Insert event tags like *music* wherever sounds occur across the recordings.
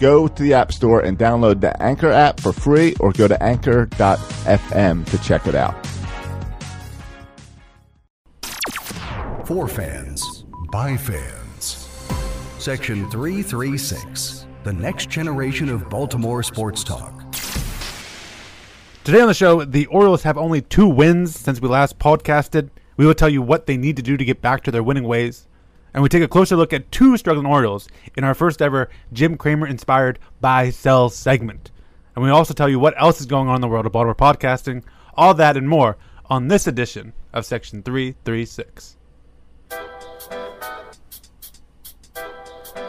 Go to the App Store and download the Anchor app for free or go to anchor.fm to check it out. For fans, by fans. Section 336, the next generation of Baltimore sports talk. Today on the show, the Orioles have only two wins since we last podcasted. We will tell you what they need to do to get back to their winning ways. And we take a closer look at two struggling Orioles in our first ever Jim Kramer inspired buy sell segment. And we also tell you what else is going on in the world of Baltimore podcasting, all that and more on this edition of Section 336.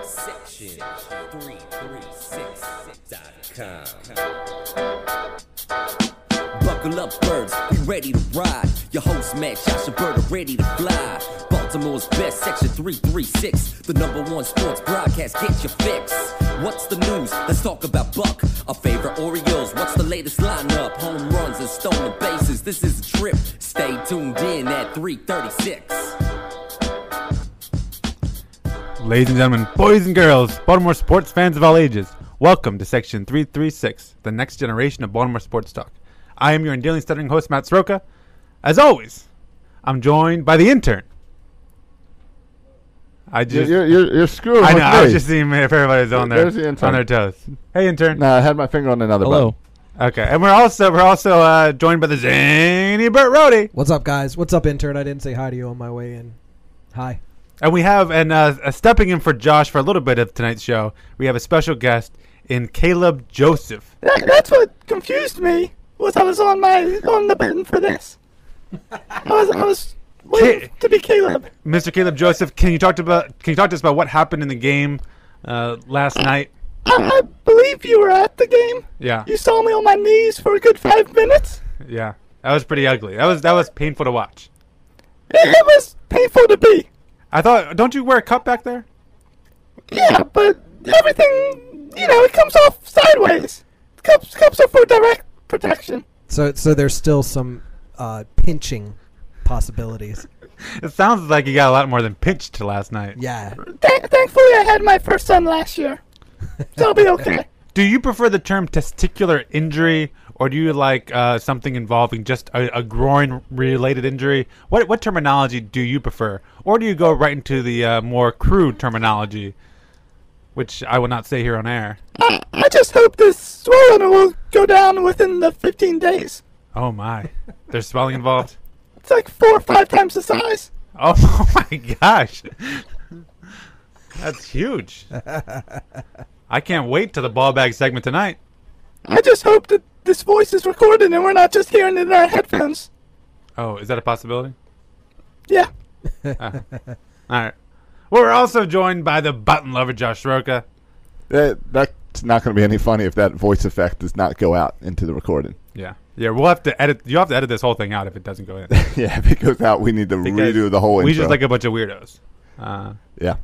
Section 336.com. Buckle up, birds, be ready to ride. Your host, Matt Joshua Bird, are ready to fly. Baltimore's best, Section 336, the number one sports broadcast. Get your fix. What's the news? Let's talk about Buck, our favorite Orioles. What's the latest lineup? Home runs and stolen bases. This is a trip. Stay tuned in at 336. Ladies and gentlemen, boys and girls, Baltimore sports fans of all ages, welcome to Section 336, the next generation of Baltimore sports talk. I am your endearingly stuttering host, Matt Sroka. As always, I'm joined by the intern. I You're, just, you're, you're, you're screwing I with know, I was me. just seeing if everybody's on their There's the intern. on their toes. Hey, intern. No, I had my finger on another Hello. Okay, and we're also we're also uh, joined by the zany Burt Rohde, What's up, guys? What's up, intern? I didn't say hi to you on my way in. Hi. and we have and uh, uh, stepping in for Josh for a little bit of tonight's show. We have a special guest in Caleb Joseph. That, that's what confused me was I was on my on the button for this. I was I was waiting Ca- to be Caleb. Mr. Caleb Joseph, can you talk to about can you talk to us about what happened in the game uh, last night? I, I believe you were at the game. Yeah, You saw me on my knees for a good five minutes. yeah, that was pretty ugly. That was that was painful to watch. It, it was painful to be. I thought, don't you wear a cup back there? Yeah, but everything you know it comes off sideways. Cups cups are for direct protection. So, so there's still some uh, pinching possibilities. It sounds like you got a lot more than pinched last night. Yeah. Th- thankfully, I had my first son last year, so I'll be okay. Do you prefer the term testicular injury, or do you like uh, something involving just a, a groin-related injury? What what terminology do you prefer, or do you go right into the uh, more crude terminology, which I will not say here on air? I, I just hope this swelling will go down within the 15 days. Oh my, there's swelling involved. It's like four or five times the size. Oh, *laughs* oh my gosh. That's *laughs* huge. I can't wait to the ball bag segment tonight. I just hope that this voice is recorded and we're not just hearing it in our headphones. Oh, is that a possibility? Yeah. All right. We're also joined by the button lover, Josh Roca. That, that's not going to be any funny if that voice effect does not go out into the recording. *laughs* Yeah. Yeah, we'll have to edit. You'll have to edit this whole thing out if it doesn't go in. Yeah, if it goes out, we need to Because *laughs* redo the whole intro. We just like a bunch of weirdos. Uh, yeah.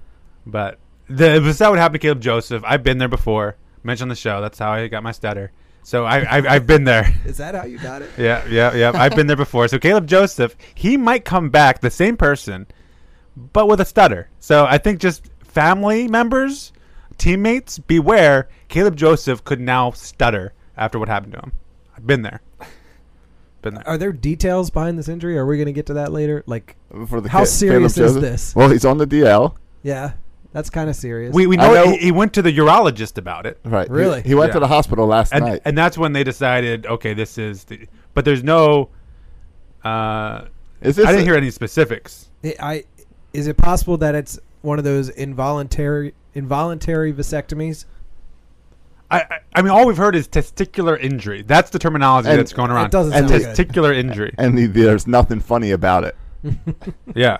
But the, this is how it happened to Caleb Joseph. I've been there before. Mentioned on the show. That's how I got my stutter. So I, I, I've been there. *laughs* Is that how you got it? Yeah, yeah, yeah. I've been there before. So Caleb Joseph, he might come back the same person, but with a stutter. So I think just family members, teammates, beware. Caleb Joseph could now stutter after what happened to him. I've been there. Uh, Been there. Are there details behind this injury? Are we going to get to that later? Like, For the How Ca- serious Caleb is Joseph. this? Well, he's on the DL. yeah, that's kind of serious. We, we I know, know- He, he went to the urologist about it, Right. He- Really? He, went to Yeah. the hospital last and night. and that's when they decided, okay, this is the. But there's no. Uh, is this I didn't a- hear any specifics. I- I, is it possible that it's one of those involuntary involuntary vasectomies? I, I, I mean, all we've heard is testicular injury. That's the terminology And- that's going around. It doesn't And sound his good. testicular injury. and the, there's nothing funny about it. yeah.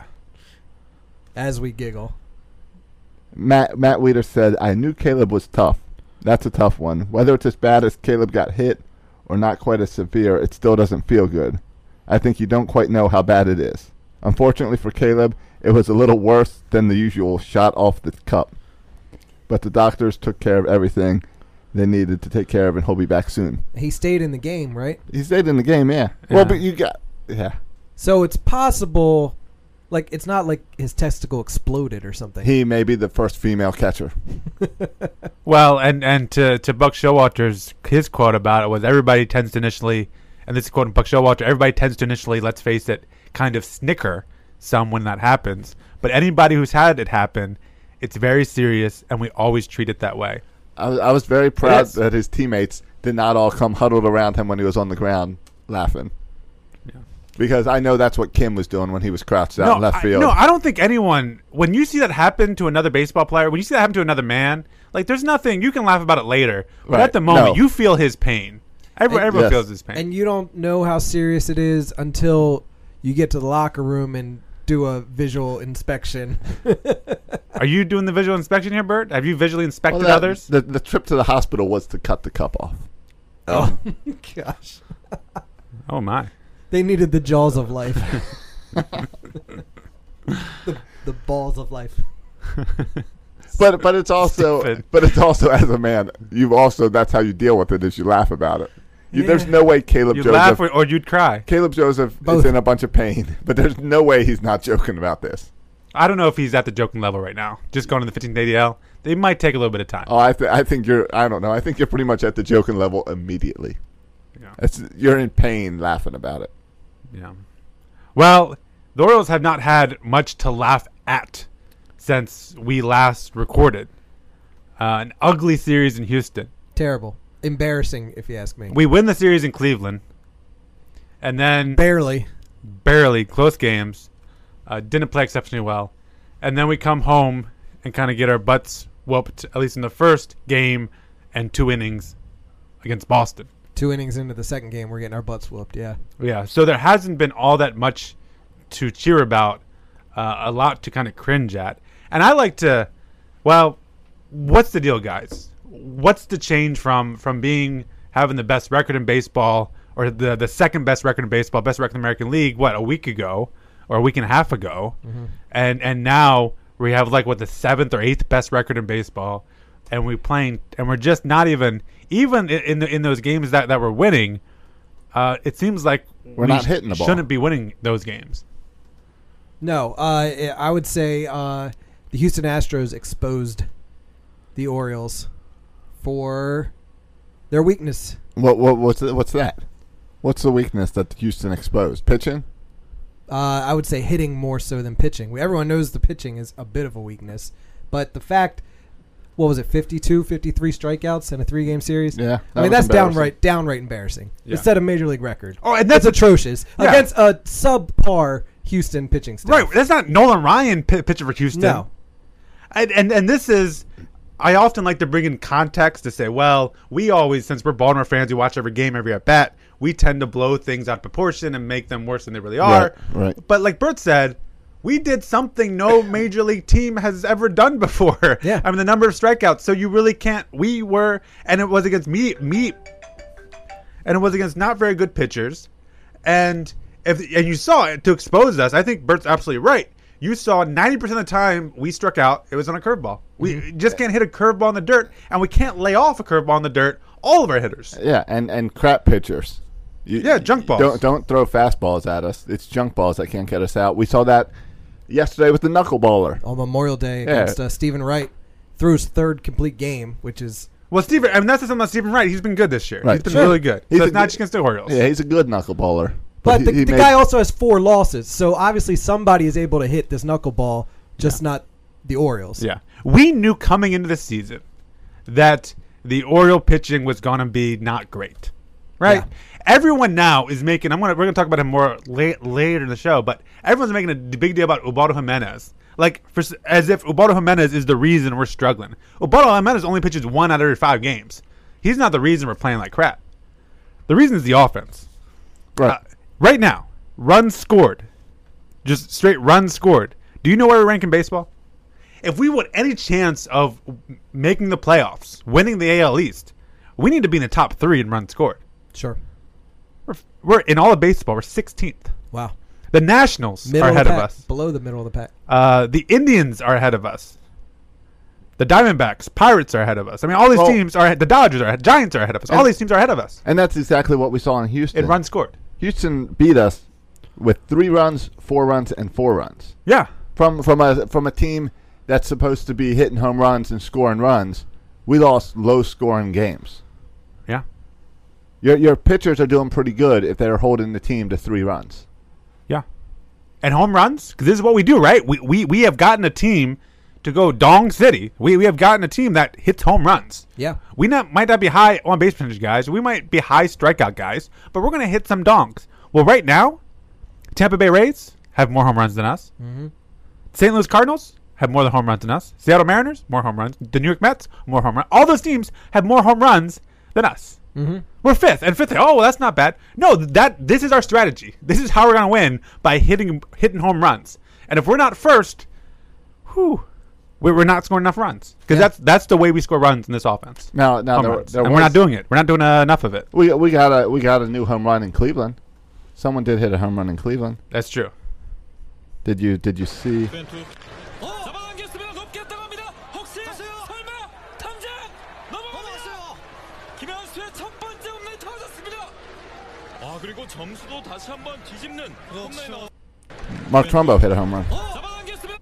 As we giggle. Matt Matt Leader said, "I knew Caleb was tough. That's a tough one. Whether it's as bad as Caleb got hit or not quite as severe, it still doesn't feel good. I think you don't quite know how bad it is. Unfortunately for Caleb, it was a little worse than the usual shot off the cup. But the doctors took care of everything they needed to take care of, and he'll be back soon. He stayed in the game, right? He stayed in the game, yeah. Yeah. Well, but you got yeah. So it's possible, like it's not like his testicle exploded or something. He may be the first female catcher. Well, and and to to Buck Showalter's his quote about it was everybody tends to initially, and this is quoting Buck Showalter, everybody tends to initially, let's face it, kind of snicker some when that happens. But anybody who's had it happen, it's very serious, and we always treat it that way. I, was- I was very proud Yes. that his teammates did not all come huddled around him when he was on the ground laughing. Because I know that's what Kim was doing when he was crouched out in left I, field. no, I don't think anyone. When you see that happen to another baseball player, when you see that happen to another man, like there's nothing you can laugh about it later. But Right, at the moment, no. you feel his pain. Everyone, And- Yes. everyone feels his pain. and you don't know how serious it is until you get to the locker room and do a *laughs* visual inspection. Are you doing the visual inspection here, Bert? Have you visually inspected Well, that- others? The, the trip to the hospital was to cut the cup off. oh *laughs* gosh, Oh my! *laughs* they needed the jaws of life, the, the balls of life. But but it's also Stupid. but it's also as a man, you've also that's how you deal with it is you laugh about it. You, There's no way Caleb You Joseph laugh or, or you'd cry. Caleb Joseph Both. is in a bunch of pain, *laughs* but there's no way he's not joking about this. I don't know if he's at the joking level right now. Just going to the 15 day DL, they might take a little bit of time. Oh, I, th- I think you're. I don't know. I think you're pretty much at the joking level immediately. Yeah. That's, you're in pain laughing about it. Yeah. Well, the Orioles have not had much to laugh at since we last recorded. Uh, an ugly series in Houston. Terrible, embarrassing, if you ask me. We win the series in Cleveland, and then barely. barely close games. Uh, didn't play exceptionally well, and then we come home and kind of get our butts whooped at least in the first game and two innings against Boston. Two innings into the second game, we're getting our butts whooped. Yeah, Yeah, so there hasn't been all that much to cheer about, uh, a lot to kind of cringe at. And I like to, well, what's the deal, guys? What's the change from from being having the best record in baseball or the the second best record in baseball, best record in the American League, what a week ago or a week and a half ago, and and now we have like what the seventh or eighth best record in baseball, and we playing and we're just not even even in in, the, in those games that that we're winning. Uh, it seems like we're not hitting the ball. Shouldn't be winning those games. no, uh, I- I would say uh, the Houston Astros exposed the Orioles for their weakness. What what what's th- what's that? What's the weakness that Houston exposed? Pitching. uh, I would say hitting more so than pitching. We- Everyone knows the pitching is a bit of a weakness, but the fact, what was it, 52, 53 strikeouts in a three game series? Yeah, that I mean, was that's embarrassing. downright downright embarrassing. Yeah. It set a major league record. Oh, and that's It's atrocious Yeah. against a subpar Houston pitching staff. Right, that's not Nolan Ryan p- pitching for Houston. No. and, and and this is, I often like to bring in context to say, well, we always since we're Baltimore fans, we watch every game, every at bat, we tend to blow things out of proportion and make them worse than they really are. right. But like Bert said, we did *coughs* something no major league team has ever done before. Yeah. I mean the number of strikeouts. So you really can't. We were, and it was against me, me, and it was against not very good pitchers. And if and you saw it to expose us, I think Bert's absolutely right. You saw ninety percent of the time we struck out, it was on a curveball. We Mm-hmm. just can't hit a curveball in the dirt, and we can't lay off a curveball in the dirt. All of our hitters. Yeah, and and crap pitchers. You- Yeah, junk you balls. Don't don't throw fastballs at us. It's junk balls that can't get us out. We saw that yesterday with the knuckleballer. On Memorial Day against uh, Stephen Wright, threw his third complete game, which is Well, Steven, I mean that's something about Steven Wright. He's been good this year. Right. He's been Sure. really good. He's so a it's not good- just against the Orioles. Yeah, he's a good knuckleballer. But he- the, he the made- guy also has four losses, so obviously somebody is able to hit this knuckleball, just not the Orioles. Yeah. We knew coming into the season that the Oriole pitching was going to be not great. Right? Yeah. Everyone now is making I'm going to we're going to talk about him more la- later in the show, but everyone's making a d- big deal about Ubaldo Jimenez. Like for, s- as if Ubaldo Jimenez is the reason we're struggling. Ubaldo Jimenez only pitches one out of every 5 games. He's not the reason we're playing like crap. The reason is the offense. Right. Uh, right now, runs scored. Just straight runs scored. Do you know where we rank in baseball? if we want any chance of making the playoffs, winning the AL East, we need to be in the top three in runs scored. Sure. We're, we're in all of baseball. We're 16th. Wow. The Nationals Middle are ahead of, of, the pack, us. Below the middle of the pack. Uh, the Indians are ahead of us. The Diamondbacks, Pirates are ahead of us. I mean, all these Well- teams are. ahead- The Dodgers are. ahead- Giants are ahead of us. All And- these teams are ahead of us. And that's exactly what we saw in Houston. It runs scored. Houston beat us with three runs, four runs, and four runs Yeah. from from a from a team that's supposed to be hitting home runs and scoring runs. We lost low scoring games. Yeah. Your your pitchers are doing pretty good if they're holding the team to three runs. Yeah. And home runs? Because this is what we do, right? We, we, we have gotten a team to go Dong City. We, we have gotten a team that hits home runs. Yeah. We not, might not be high on base percentage guys. We might be high strikeout guys, but we're going to hit some donks. Well, right now, Tampa Bay Rays have more home runs than us. St. Louis Cardinals have more than home runs than us. Seattle Mariners, more home runs. The New York Mets, more home runs. All those teams have more home runs than us. Mm-hmm. We're fifth and fifth. Oh, well, that's not bad. No, that this is our strategy. This is how we're gonna win by hitting hitting home runs. And if we're not first, whew, we- we're not scoring enough runs because that's that's the way we score runs in this offense. Now now Home there, runs. there and we're was- not doing it. We're not doing uh, enough of it. We we got a we got a new home run in Cleveland. Someone did hit a home run in Cleveland. That's true. Did you did you see? 어? 잡아당겼으면 높게 떠갑니다. 혹시 설마 탐장 넘어갔어요. 김현수의 첫 번째 홈런이 터졌습니다. 아 그리고 점수도 다시 한번 뒤집는 홈런이 나왔. Mark Trumbo hit a home run. 어! 잡아당겼으면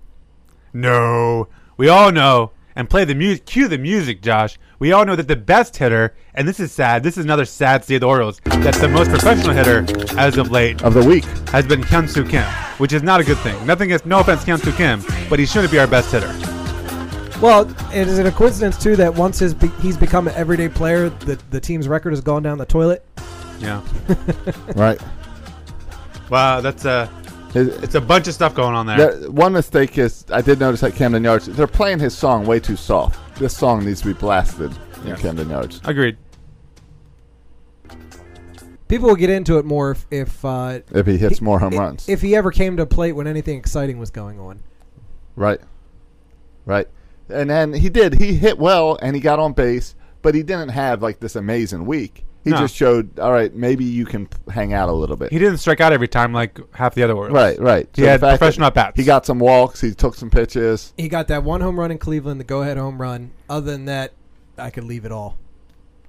No, we all know and play the music. Cue the music, Josh. We all know that the best hitter, and this is sad. This is another sad state of the Orioles. That the most professional hitter as of late Of the week. has been Hyun-Soo Kim, which is not a good thing. Nothing against, no offense, Hyun-Soo Kim, but he shouldn't be our best hitter. Well, it is it a coincidence too that once his be- he's become an everyday player, the the team's record has gone down the toilet. Yeah. *laughs* Right. Wow, that's a His- it's a bunch of stuff going on there. The- one mistake is I did notice at Camden Yards they're playing his song way too soft. This song needs to be blasted in Camden Yards. Agreed. People will get into it more if if, uh, If he hits more home i- runs, If he ever came to plate when anything exciting was going on. right, right, and then he did. He hit well and he got on base, but he didn't have like this amazing week. He No. just showed, all right, maybe you can p- hang out a little bit. He didn't strike out every time like half the other Orioles. right, right. He the had fact that professional at-bats. He got some walks. He took some pitches. He got that one home run in Cleveland, the go ahead home run. Other than that, I could leave it all.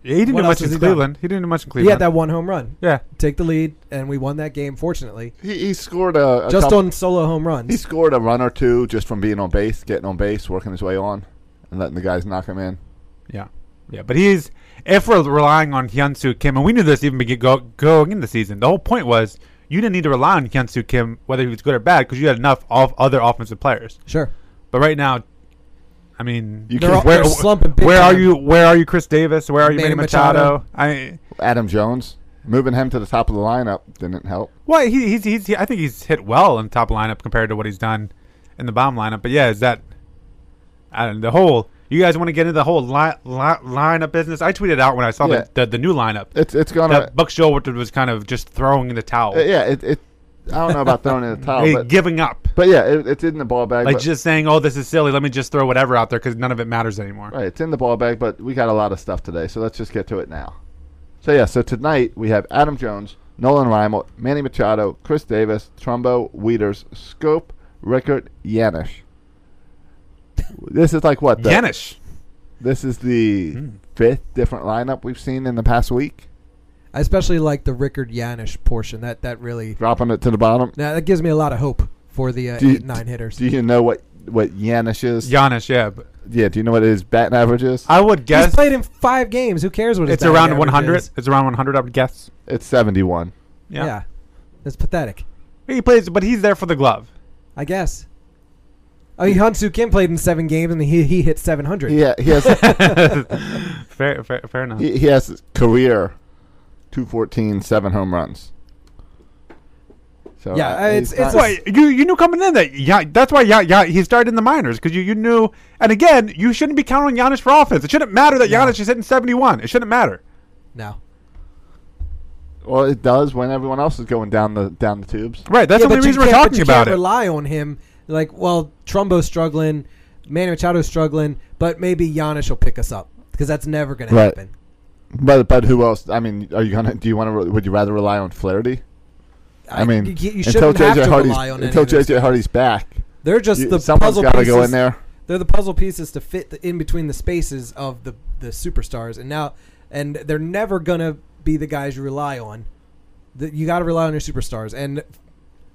He didn't What do else much has in he done? Cleveland. He didn't do much in He had Cleveland. that one home run. yeah. Take the lead, and we won that game. Fortunately, He, he scored a, a just couple- on solo home He runs. scored a run or two just from being on base, getting on base, working his way on, and letting the guys knock him in. Yeah, yeah, but he's if we're relying on Hyunsoo Kim, and we knew this even begin, go, going into the season. The whole point was you didn't need to rely on Hyunsoo Kim whether he was good or bad because you had enough of other offensive players. Sure. But right now, I mean, You They're can all- they're slumping big where are time. you? Where are you, Chris Davis? Where are you, Manny Manny Machado? I Adam Jones moving him to the top of the lineup didn't help. well, he, he's he's he, I think he's hit well in the top lineup compared to what he's done in the bottom lineup. But yeah, is that I don't know, the whole? You guys want to get into the whole li- li- lineup business? I tweeted out when I saw Yeah. the, the the new lineup. It's it's gonna that Buck Showalter was kind of just throwing in the towel, uh, yeah. It, it I don't know about throwing in *laughs* the towel, Hey, but, giving up, but yeah, it, it's in the ball bag. like but- just saying, "Oh, this is silly. Let me just throw whatever out there because none of it matters anymore." right, it's in the ball bag. But we got a lot of stuff today, so let's just get to it now. So yeah, so tonight we have Adam Jones, Nolan Rymel, Manny Machado, Chris Davis, Trumbo, Weeders, Scope, Rickard, Yanish. This is like what the, Yanish, This is the Hmm. fifth different lineup we've seen in the past week. I especially like the Rickard Yanish portion. That that really Dropping it to the bottom. now that gives me a lot of hope for the uh, Do you- eight nine hitters. Do you know what what Yanish is? Yanish, yeah. But Yeah. Do you know what his batting average is? I would He's guess played in five games. Who cares what his it's batting around average 100. is? It's around 100. I would guess. It's seventy-one. Yeah. Yeah. that's pathetic. he plays, but he's there for the *laughs* glove. I guess. Oh, I mean, Hunsu Kim played in seven games and he he hit seven hundred. He ha- he has *laughs* Fair, fair, fair enough. he, he has career 214, seven home runs. So Yeah, uh, uh, it's- he's not- it's That's why you you knew coming in that yeah that's why yeah yeah he started in the minors because you, you knew and again you shouldn't be counting on Yanish for offense it shouldn't matter that Yanish is hitting seventy one it shouldn't matter No. well, it does when everyone else is going down the down the tubes. right that's Yeah, the but only you reason we're can't- but talking you about can't it Rely on him. Like, well, Trumbo's struggling. Manny Machado's struggling, but maybe Giannis will pick us up because that's never going Right. to happen. But but who else? I mean, are you gonna? Do you want to? Would you rather rely on Flaherty? I, mean, you, you until shouldn't have JJ to Hardy's rely on any until of those. JJ Hardy's back, They're just you- the someone's puzzle got to pieces. go in there. They're the puzzle pieces to fit the, in between the spaces of the the superstars, and now and they're never gonna be the guys you rely on. The, you got to rely on your superstars, and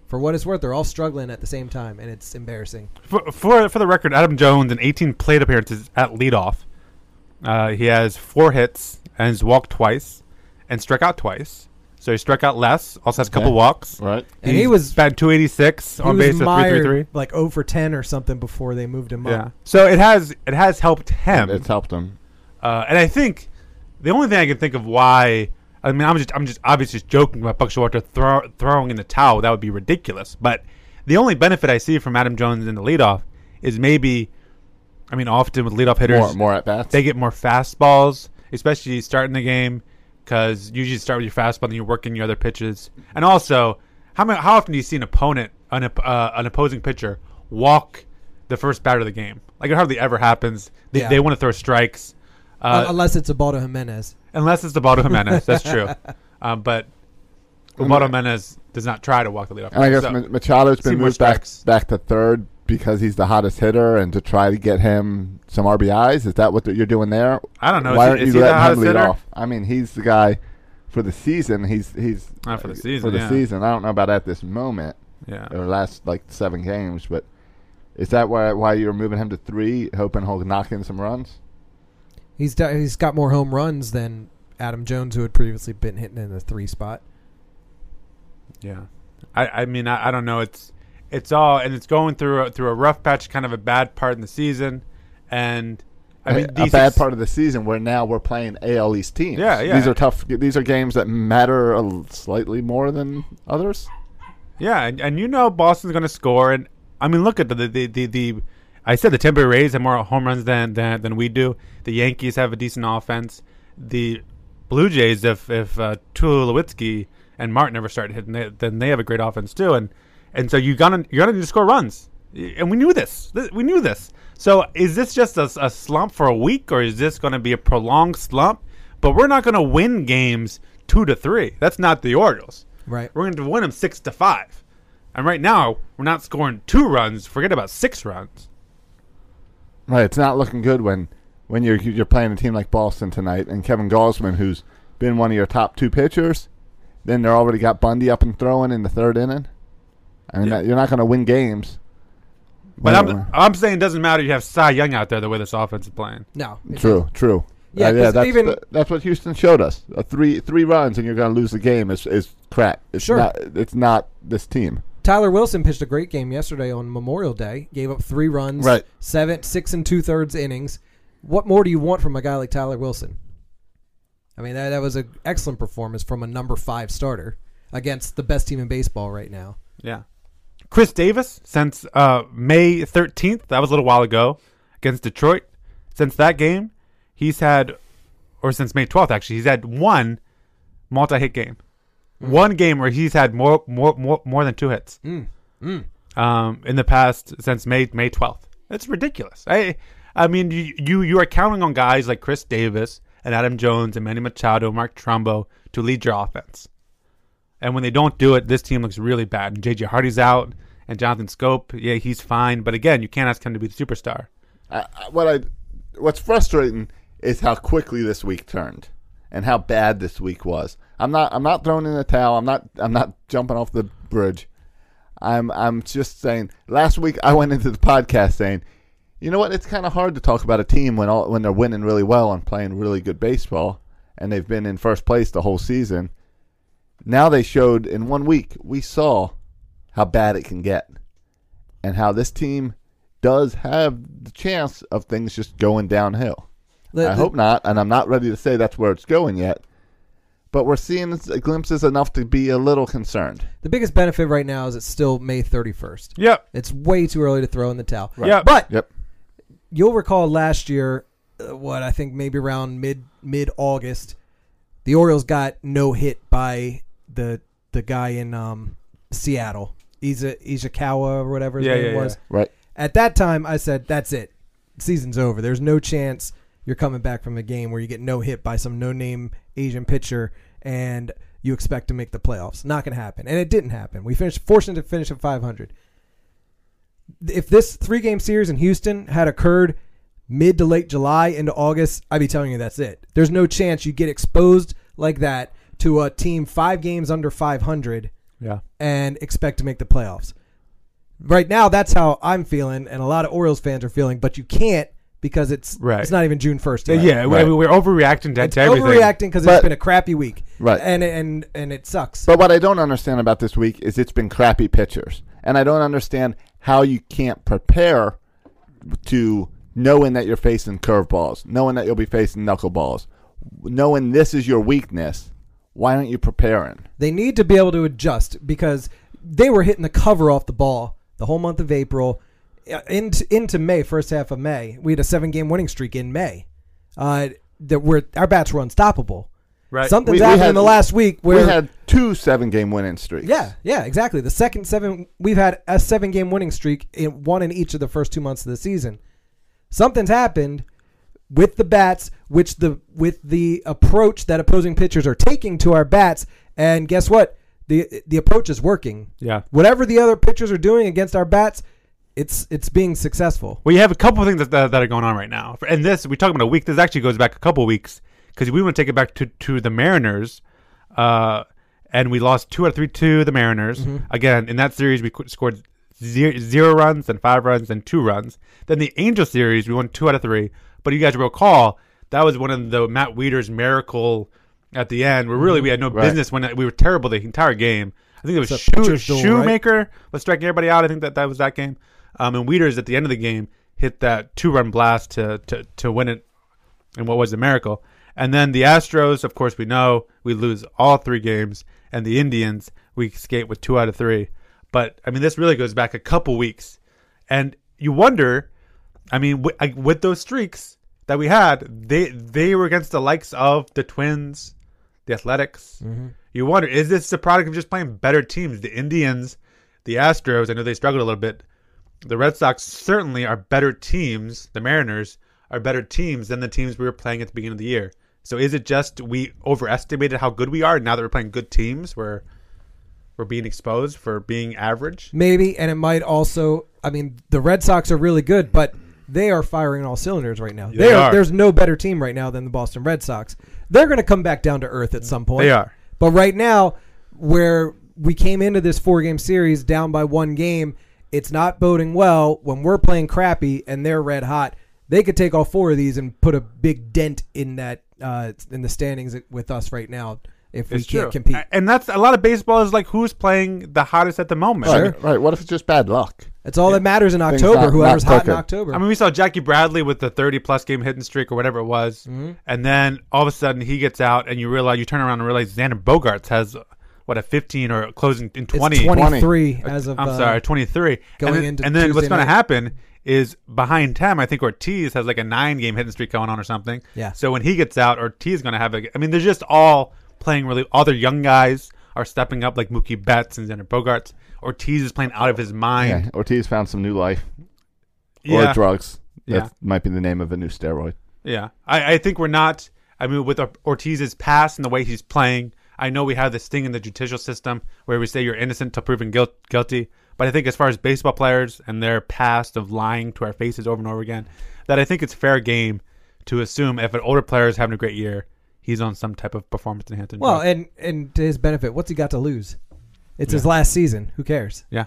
for what it's worth, they're all struggling at the same time, and it's embarrassing. For, for for the record, Adam Jones in 18 plate appearances at leadoff, uh, he has four hits and has walked twice and struck out twice. So he struck out less. Also has a couple Okay. walks. Right. And he He's was- batted 286 he on was base of mired 333. like 0 for 10 or something before they moved him Yeah. up. So it has it has helped him. It's helped him. Uh, and I think the only thing I can think of why I mean I'm just I'm just obviously just joking about Buck Showalter throw, throwing in the towel that would be ridiculous. But the only benefit I see from Adam Jones in the leadoff is maybe I mean often with leadoff hitters More more at bats. they get more fastballs, especially starting the game because usually you start with your fastball and you work in your other pitches. And also, how many, how often do you see an opponent an op- uh, an opposing pitcher walk the first batter of the game? Like it hardly ever happens. They, Yeah. they want to throw strikes. Un- Uh, Unless it's Abaldo Jimenez. Unless it's the Baldo Jimenez, that's true. Um, but Baldo Jimenez does not try to walk the leadoff. And I man, guess so- Ma- Machado's see been more moved back strikes. back to third because he's the hottest hitter, and to try to get him some RBIs. Is that what you're doing there? I don't know. Why Is he- aren't is you he the letting him hottest lead hitter? off? I mean, he's the guy for the season. He's he's Not for the uh, season, For the yeah. season, I don't know about at this moment yeah. or last like seven games, but is that why why you're moving him to three, hoping he'll knock in some runs? He's do- he's got more home runs than Adam Jones, who had previously been hitting in the three spot. Yeah, I, I mean I, I don't know it's it's all and it's going through a, through a rough patch, kind of a bad part in the season, and I mean a, a these bad ex- part of the season where now we're playing AL East teams. Yeah, yeah. These are tough. These are games that matter a l- slightly more than others. Yeah, and, and you know Boston's going to score, and I mean look at the the, the the the I said the Tampa Bay Rays have more home runs than than than we do. The Yankees have a decent offense. The Blue Jays, if if uh, Tulowitzki and Martin ever started hitting, they, then they have a great offense too. And and so you gotta you gotta need to score runs, Y- and we knew this. Th- We knew this. So is this just a, s- a slump for a week, or is this going to be a prolonged slump? But we're not going to win games two to three. That's not the Orioles. Right. We're going to win them six to five. And right now, we're not scoring two runs. Forget about six runs. Right, it's not looking good when when you're you're playing a team like Boston tonight, and Kevin Gausman, who's been one of your top two pitchers, then they're already got Bundy up and throwing in the third inning. I mean, Yeah. that, you're not going to win games. But Well, I'm, I'm saying it doesn't matter. You have Cy Young out there the way this offense is playing. No, it true, true. Uh, Yeah, 'cause that's even- the- that's what Houston showed us. Uh, three three runs, and you're going to lose the game is is crap. It's Sure. not, it's not this team. Tyler Wilson pitched a great game yesterday on Memorial Day. Gave up three runs, Right. Seven, six and two thirds innings. What more do you want from a guy like Tyler Wilson? I mean, that, that was an excellent performance from a number five starter against the best team in baseball right now. Yeah. Chris Davis, since uh, May 13th, that was a little while ago, against Detroit, since that game, he's had, or since May 12th, actually, he's had one multi hit game. One game where he's had more, more, more, more than two hits. Um, in the past since May May twelfth. That's ridiculous. I I mean you, you you are counting on guys like Chris Davis and Adam Jones and Manny Machado, Mark Trumbo to lead your offense. And when they don't do it, this team looks really bad. And JJ Hardy's out and Jonathan Scope, yeah, he's fine, but again, you can't ask him to be the superstar. I, I- Uh, what I what's frustrating is how quickly this week turned and how bad this week was. I'm not I'm not throwing in the towel. I'm not I'm not jumping off the bridge. I'm I'm just saying last week I went into the podcast saying, you know what, it's kind of hard to talk about a team when all when they're winning really well and playing really good baseball and they've been in first place the whole season. Now they showed in one week we saw how bad it can get and how this team does have the chance of things just going downhill. The- I the- hope not, and I'm not ready to say that's where it's going yet. But we're seeing s- glimpses enough to be a little concerned. The biggest benefit right now is it's still May 31st. Yep. It's way too early to throw in the towel. Yeah. But Yep. you'll recall last year, uh, what I think maybe around mid mid August, the Orioles got no hit by the the guy in um, Seattle, Iza Izakawa or whatever his Yeah, name yeah, was. Right. At that time, I said that's it. season's over. There's no chance you're coming back from a game where you get no hit by some no name Asian pitcher and you expect to make the playoffs. Not going to happen. And it didn't happen. We finished fortunate to finish at 500. If this three game series in Houston had occurred mid to late July into August, I'd be telling you that's it. There's no chance you get exposed like that to a team five games under 500 Yeah. and expect to make the playoffs. Right now, that's how I'm feeling, and a lot of Orioles fans are feeling. But you can't because it's Right. it's not even June first. Yeah, yeah we- Right. we, are overreacting to, it's to everything. overreacting because it's But- been a crappy week. Right. and and and it sucks. But what I don't understand about this week is it's been crappy pitchers, and I don't understand how you can't prepare to knowing that you're facing curveballs, knowing that you'll be facing knuckleballs, knowing this is your weakness. Why aren't you preparing? They need to be able to adjust because they were hitting the cover off the ball the whole month of April uh, into into May, first half of May. We had a seven game winning streak in May. Uh, that were our bats were unstoppable. Right. something's We- we happened had- in the last week We where had two seven-game winning streaks. Yeah, yeah, exactly. The second seven, we've had a seven game winning streak, in one in each of the first two months of the season. Something's happened with the bats, which the with the approach that opposing pitchers are taking to our bats, and guess what? the The approach is working. Yeah. Whatever the other pitchers are doing against our bats, it's it's being successful. Well, you have a couple of things that, that, that are going on right now. And this, we talk about a week. This actually goes back a couple of weeks because we want to take it back to, to the Mariners. Uh, and we lost two out of three to the Mariners. Again, in that series, we qu- scored zero, zero runs, then five runs, then two runs. Then the Angel series, we won two out of three. But you guys recall that was one of the Matt Weeder's miracle at the end, where really we had no business when we were terrible the entire game. I think it was It's a Shoe, pitcher's duel, right? Shoemaker. Baker was striking everybody out. I think that that was that game. Um, and Weeders at the end of the game hit that two run blast to, to, to win it and what was a miracle. And then the Astros, of course, we know we lose all three games, and the Indians we escape with two out of three. But I mean, this really goes back a couple weeks, and you wonder. I mean, wi- I- with those streaks that we had, they they were against the likes of the Twins, the Athletics. Mm-hmm. You wonder, is this the product of just playing better teams? The Indians, the Astros. I know they struggled a little bit. The Red Sox certainly are better teams. The Mariners are better teams than the teams we were playing at the beginning of the year. So is it just we overestimated how good we are? and Now that we're playing good teams, we're we're being exposed for being average. Maybe, and it might also. I mean, the Red Sox are really good, but they are firing all cylinders right now. They are. There's no better team right now than the Boston Red Sox. They're going to come back down to earth at some point. They are. But right now, where we came into this four game series down by one game, it's not boding well when we're playing crappy and they're red hot. They could take all four of these and put a big dent in that uh, in the standings with us right now if we can't compete. A- And that's a lot of baseball is like who's playing the hottest at the moment. Right, right. What if it's just bad luck? That's all that matters in Things October. not- Whoever's not hot in cooking. October. I mean, we saw Jackie Bradley with the 30 plus game hitting streak or whatever it was. Mm-hmm. And then all of a sudden he gets out and you realize, you turn around and realize Xander Bogarts has, what, a 15 or closing in 20. It's 23 as of. I'm uh, sorry, 23. and going then, into and then what's Tuesday going to night. happen is behind him, I think Ortiz has like a nine game hitting streak going on or something. Yeah. So when he gets out, Ortiz is going to have a. I mean, they're just all playing really. All their young guys are stepping up like Mookie Betts and Xander Bogarts. Ortiz is playing out of his Yeah. mind. Ortiz found some new life Yeah. or drugs. That Yeah. might be the name of a new steroid. Yeah, I, I think we're not. I mean, with Or- Ortiz's past and the way he's playing, I know we have this thing in the judicial system where we say you're innocent till proven guilt, guilty. But I think as far as baseball players and their past of lying to our faces over and over again, that I think it's fair game to assume if an older player is having a great year, he's on some type of performance enhancing. Well, drug. and and to his benefit, what's he got to lose? It's his last season. Who cares? yeah,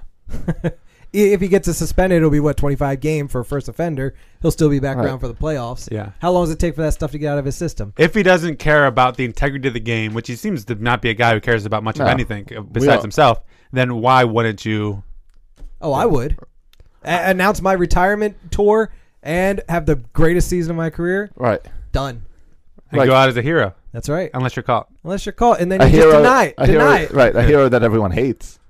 I- If he gets a suspended, it'll be what twenty five game for a first offender. He'll still be back around for the playoffs. Yeah. How long does it take for that stuff to get out of his system? if he doesn't care about the integrity of the game, which he seems to not be a guy who cares about much No. of anything uh, besides all- himself, then why wouldn't you? Oh, I would A- announce my retirement tour and have the greatest season of my career. Right. Done. And Like- go out as a hero That's right. unless you're caught. Unless you're caught, and then a you hero. just deny it. a deny hero. it. Right. A hero that everyone hates.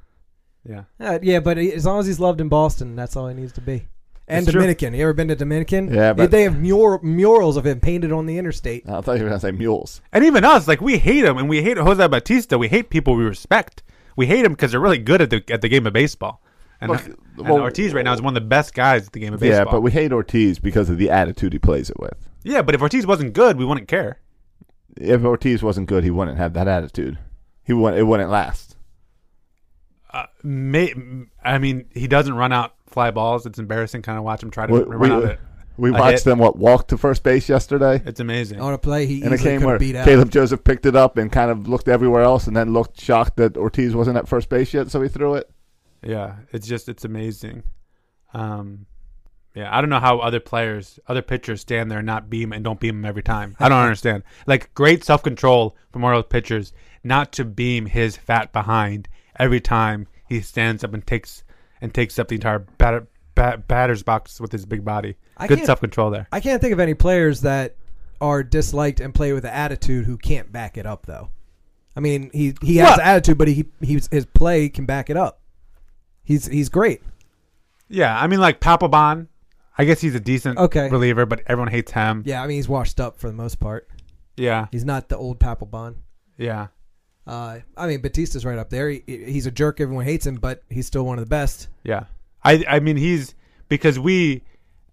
Yeah. Uh, yeah, but he- as long as he's loved in Boston, that's all he needs to be. And It's true. Dominican. You ever been to Dominican? Yeah, but- Uh, they have mur- murals of him painted on the interstate. I thought you were going to say mules. And even us, like we hate him, and we hate Jose Batista. We hate people we respect. We hate him because they're really good at the at the game of baseball, And, Look, and well- Ortiz right now is one of the best guys at the game of baseball. Yeah, but we hate Ortiz because of the attitude he plays it with. yeah, but if Ortiz wasn't good, we wouldn't care. If Ortiz wasn't good, he wouldn't have that attitude. He wouldn't, it wouldn't last. May, I mean, he doesn't run out fly balls. It's embarrassing. Kind of watch him try to We, run we- uh, out. a- we a watched hit. them what walk to first base yesterday, It's amazing. on a play he and it easily came could where have beat out. Caleb Joseph picked it up and kind of looked everywhere else, and then looked shocked that Ortiz wasn't at first base yet, so he threw it. Yeah, it's just it's amazing. Um, yeah, I don't know how other players, other pitchers stand there and not beam and don't beam him every time. *laughs* I don't understand. Like great self control from Orioles pitchers not to beam his fat behind every time he stands up and takes and takes up the entire batter, bat, batter's box with his big body. I Good can't- self control there. I can't think of any players that are disliked and play with an attitude who can't back it up though. I mean, he he has Well- attitude, but he, he his play can back it up. He's he's great. Yeah, I mean like Papelbon. I guess he's a decent Okay. reliever, but everyone hates him. Yeah, I mean he's washed up for the most part. Yeah, He's not the old Papelbon. yeah. Uh, I mean Batista's right up there. He, he's a jerk. Everyone hates him, but he's still one of the best. Yeah. I I mean he's because we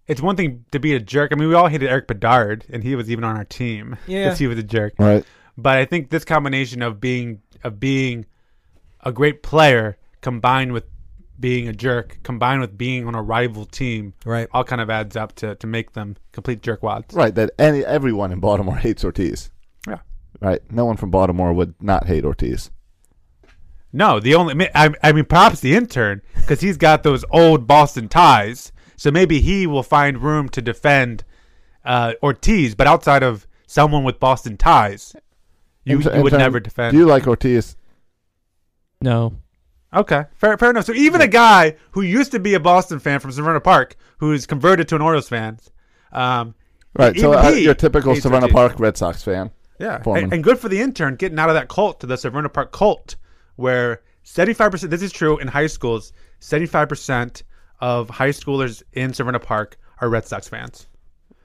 it's one thing to be a jerk. I mean we all hated Eric Bedard and he was even on our team. Yeah. 'cause he was a jerk. Right. But I think this combination of being of being a great player combined with being a jerk combined with being on a rival team Right. all kind of adds up to, to make them complete jerkwads. Right. That any everyone in Baltimore *laughs* hates Ortiz. Yeah. Right. No one from Baltimore would not hate Ortiz. No, the only I, I mean, perhaps the intern because he's got those old Boston ties, so maybe he will find room to defend uh, Ortiz. But outside of someone with Boston ties, you, In- you would in- never defend. Do you like Ortiz? No. okay, fair, fair enough. So even a guy who used to be a Boston fan from Severna Park, who's converted to an Orioles fan, um, Right. So Even uh, he your typical hates Savannah Ortiz. Park Red Sox fan. Yeah, Foreman. and, and good for the intern getting out of that cult to the Severna Park cult, where seventy-five percent. This is true in high schools. Seventy-five percent of high schoolers in Severna Park are Red Sox fans.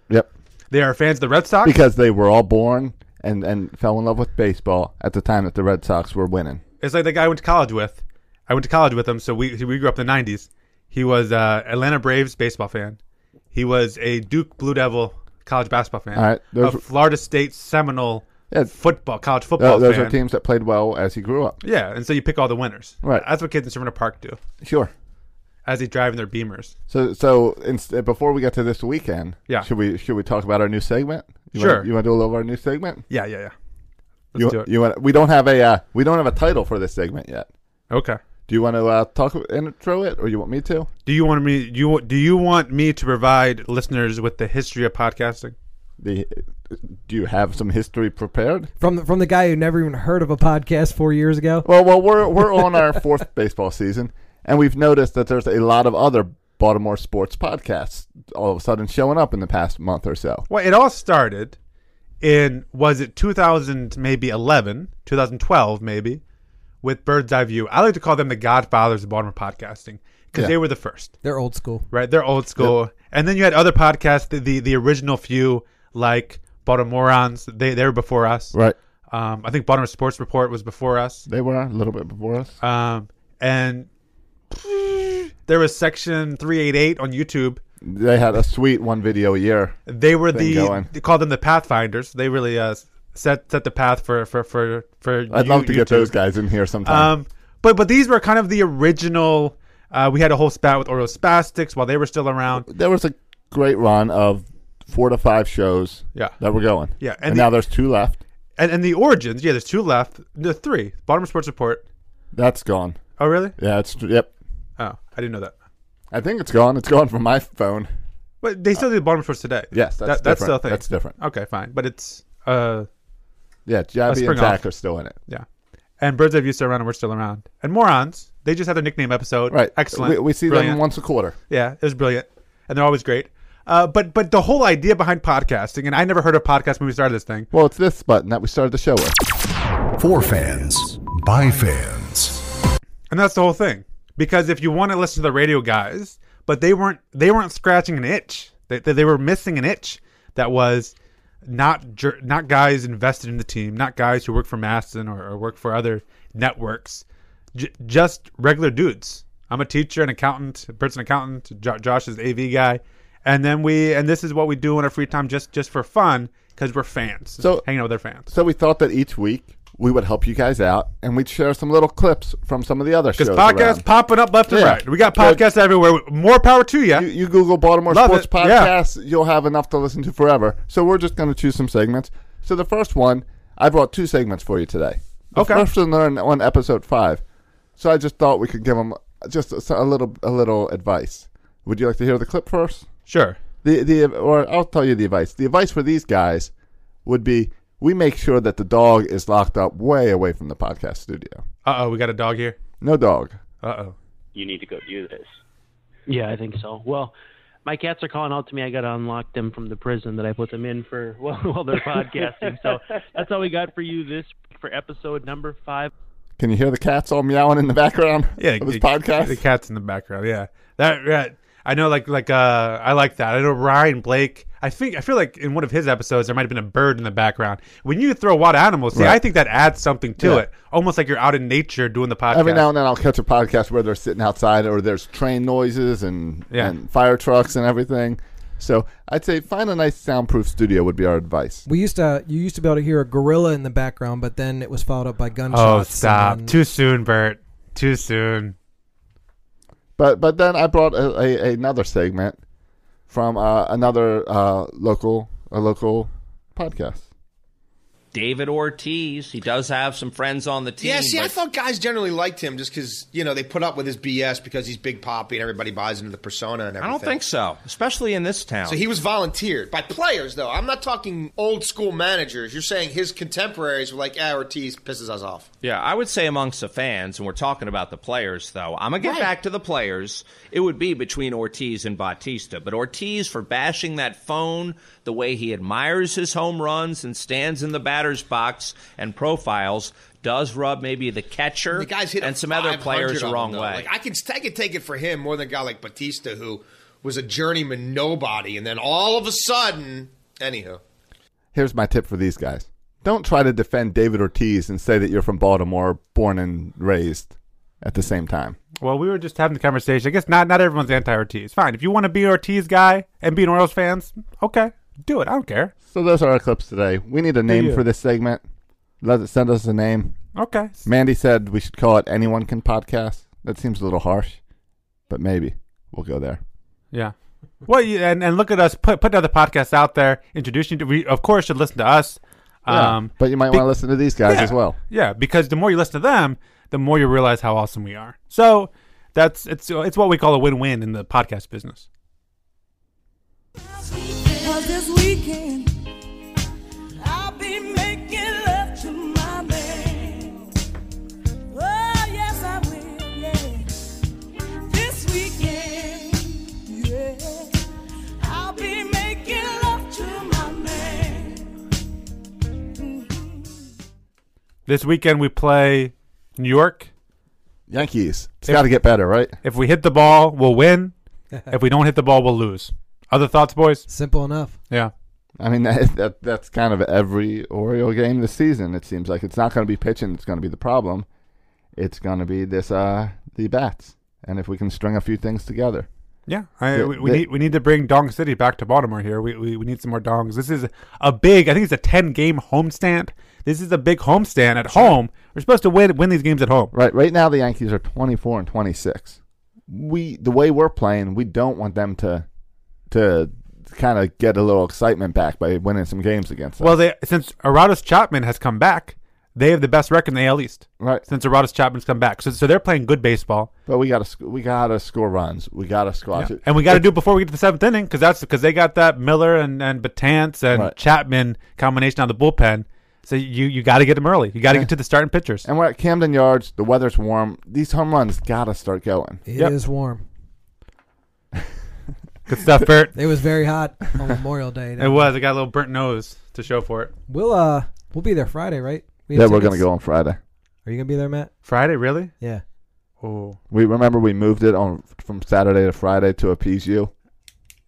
Yep. They are fans of the Red Sox. Because they were all born and, and fell in love with baseball at the time that the Red Sox were winning. it's like the guy I went to college with. I went to college with him, so we we grew up in the '90s. He was uh, Atlanta Braves baseball fan. He was a Duke Blue Devil college basketball fan. All right, those a were- Florida State Seminole Yeah. football college Th- football those fan. are teams that played well as he grew up. Yeah, and so you pick all the winners. Right. That's what kids in Severna Park do Sure. as they drive in their Beamers. So so inst- before we get to this weekend, Yeah. should we should we talk about our new segment? You Sure. Wanna, you want to do a little of our new segment? Yeah, yeah, yeah. Let's you, do it. You want? We don't have a uh, we don't have a title for this segment yet. okay. Do you want to uh, talk intro it, or you want me to? Do you want me? Do you do you want me to provide listeners with the history of podcasting? The, do you have some history prepared? From the, from the guy who never even heard of a podcast four years ago. Well, well, we're we're on our fourth *laughs* baseball season, and we've noticed that there's a lot of other Baltimore sports podcasts all of a sudden showing up in the past month or so. Well, it all started in was it 2000 maybe 11, 2012 maybe with Bird's Eye View. I like to call them the Godfathers of Baltimore podcasting because Yeah. they were the first, They're old school. right? They're old school. And then you had other podcasts, the the, the original few like Baltimoreans. They they were before us. Right. Um, I think Baltimore Sports Report was before us. They were a little bit before us. Um, and there was Section 388 on YouTube. They had a sweet one video a year. They were the Thing going. they called them the Pathfinders. They really uh, set set the path for for for for. I'd you- love to get YouTube. those guys in here sometime. Um, but but these were kind of the original. Uh, we had a whole spat with Orospastics while they were still around. there was a great run of four to five shows. Yeah. that were going. Yeah, and and, the- now there's two left. And and the origins, yeah, there's two left. The three. Baltimore Sports Report. That's gone. Oh really? Yeah, it's yep. Oh, I didn't know that. I think it's gone. It's gone from my phone. But they still do Baltimore Sports today. Yes, that's that, that's different. still a thing. That's different. Okay, fine. But it's uh. Yeah, Jabby spring and Zach off. are still in it. Yeah. And Bird's Eye View still around and we're still around. And Morons, they just had their nickname episode. Right. Excellent. We, we see Brilliant. them once a quarter. Yeah, it was brilliant. And they're always great. Uh, but but the whole idea behind podcasting, and I never heard of podcast when we started this thing. Well, it's this button that we started the show with. For fans, by fans. And that's the whole thing. Because if you want to listen to the radio guys, but they weren't they weren't scratching an itch. They, they, they were missing an itch that was not jer- not guys invested in the team, not guys who work for Maston or, or work for other networks, J- just regular dudes I'm a teacher, an accountant. Bert's an accountant. Jo- Josh is the AV guy, and then we and this is what we do in our free time, just just for fun, because we're fans. So- hanging out with our fans. So we thought that each week we would help you guys out, and we'd share some little clips from some of the other shows. Because podcasts around. popping up left and Yeah. right. We got But- podcasts everywhere. More power to you. you, you Google Baltimore Love sports it. Yeah. podcasts, you'll have enough to listen to forever. So we're just going to choose some segments. So the first one, I brought two segments for you today. The Okay. First one on, on episode five. So I just thought we could give them just a, a little a little advice. Would you like to hear the clip first? Sure. The the or I'll tell you the advice. The advice for these guys would be we make sure that the dog is locked up way away from the podcast studio. Uh oh, we got a dog here. No dog. Uh oh. you need to go do this. Yeah, I think so. Well, my cats are calling out to me. I got to unlock them from the prison that I put them in for *laughs* well, while they're podcasting. So that's all we got for you this for episode number five. Can you hear the cats all meowing in the background *laughs* Yeah, of his the- podcast? The cat's in the background. Yeah, that. Yeah, I know. Like, like, uh, I like that. I know Ryan Blake. I think I feel like in one of his episodes there might have been a bird in the background. When you throw wild animals, see, Right. I think that adds something to Yeah. it. Almost like you're out in nature doing the podcast. Every now and then I'll catch a podcast where they're sitting outside or there's train noises and, Yeah. and fire trucks and everything. So I'd say find a nice soundproof studio would be our advice. We used to you used to be able to hear a gorilla in the background, but then it was followed up by oh, gunshots. stop! and- Too soon, Bert. Too soon. But but then I brought a, a, another segment from uh, another uh, local a local podcast. David Ortiz. He does have some friends on the team. Yeah, see, I but- thought guys generally liked him just because you know they put up with his BS because he's big poppy and everybody buys into the persona and I everything. don't think so, especially in this town. So he was volunteered by players, though. I'm not talking old school managers. You're saying his contemporaries were like, "Ah, Ortiz pisses us off." yeah, I would say amongst the fans, and we're talking about the players, though. I'm going to get Right. back to the players. It would be between Ortiz and Bautista, but Ortiz for bashing that phone, the way he admires his home runs and stands in the batter's box and profiles, does rub maybe the catcher The guys hit a and some other 500 players the on wrong him, though. way. Like I can, I can take it for him more than a guy like Batista who was a journeyman nobody, and then all of a sudden, anywho. Here's my tip for these guys. Don't try to defend David Ortiz and say that you're from Baltimore, born and raised at the same time. Well, we were just having the conversation. I guess not not everyone's anti Ortiz. Fine. If you want to be an Ortiz guy and be an Orioles fans, okay, do it. I don't care. So those are our clips today. We need a name Yeah. for this segment. Let it send us a name. Okay. Mandy said we should call it Anyone Can Podcast. That seems a little harsh, but maybe we'll go there. Yeah. *laughs* Well, you, and and look at us put put other podcasts out there, introducing. To, we of course should listen to us. Um, but you might be- want to listen to these guys yeah. as well. Yeah, because the more you listen to them, the more you realize how awesome we are. So that's it's it's what we call a win win in the podcast business. This weekend we play New York. Yankees. It's got to get better, right? If we hit the ball, we'll *laughs* win. if we don't hit the ball, we'll lose. Other thoughts, boys? Simple enough. Yeah. I mean, *laughs* that, that that's kind of every Oriole game this season. It seems like it's not going to be pitching. It's going to be the problem. It's going to be this uh the bats, and if we can string a few things together. Yeah, I, Yeah, we, we they- need we need to bring Dong City back to Baltimore here. We, we, we need some more Dongs. This is a big. I think it's a ten game homestand. This is a big homestand at home. We're supposed to win win these games at home. Right, right now the Yankees are 24 and 26. We the way we're playing, we don't want them to to kind of get a little excitement back by winning some games against us. Well, they since Arados Chapman has come back, they have the best record in the AL East right. since Arados Chapman's come back. So so they're playing good baseball, But we got to we got to score runs. We got to squash it. and we got to do it before we get to the seventh inning because that's because they got that Miller and and Batance and Right. Chapman combination on the bullpen. So you you got to get them early. You got to get to the starting pitchers. And we're at Camden Yards. The weather's warm. These home runs got to start going. It is Yep. warm. Good stuff, Bert. It was *laughs* very hot on Memorial Day. It was. I got a little burnt nose to show for it. We'll uh we'll be there Friday, right? We Yeah, have we're going to tickets. go on Friday. Are you gonna be there, Matt? Friday, really? Yeah. Oh, We remember we moved it on from Saturday to Friday to appease you.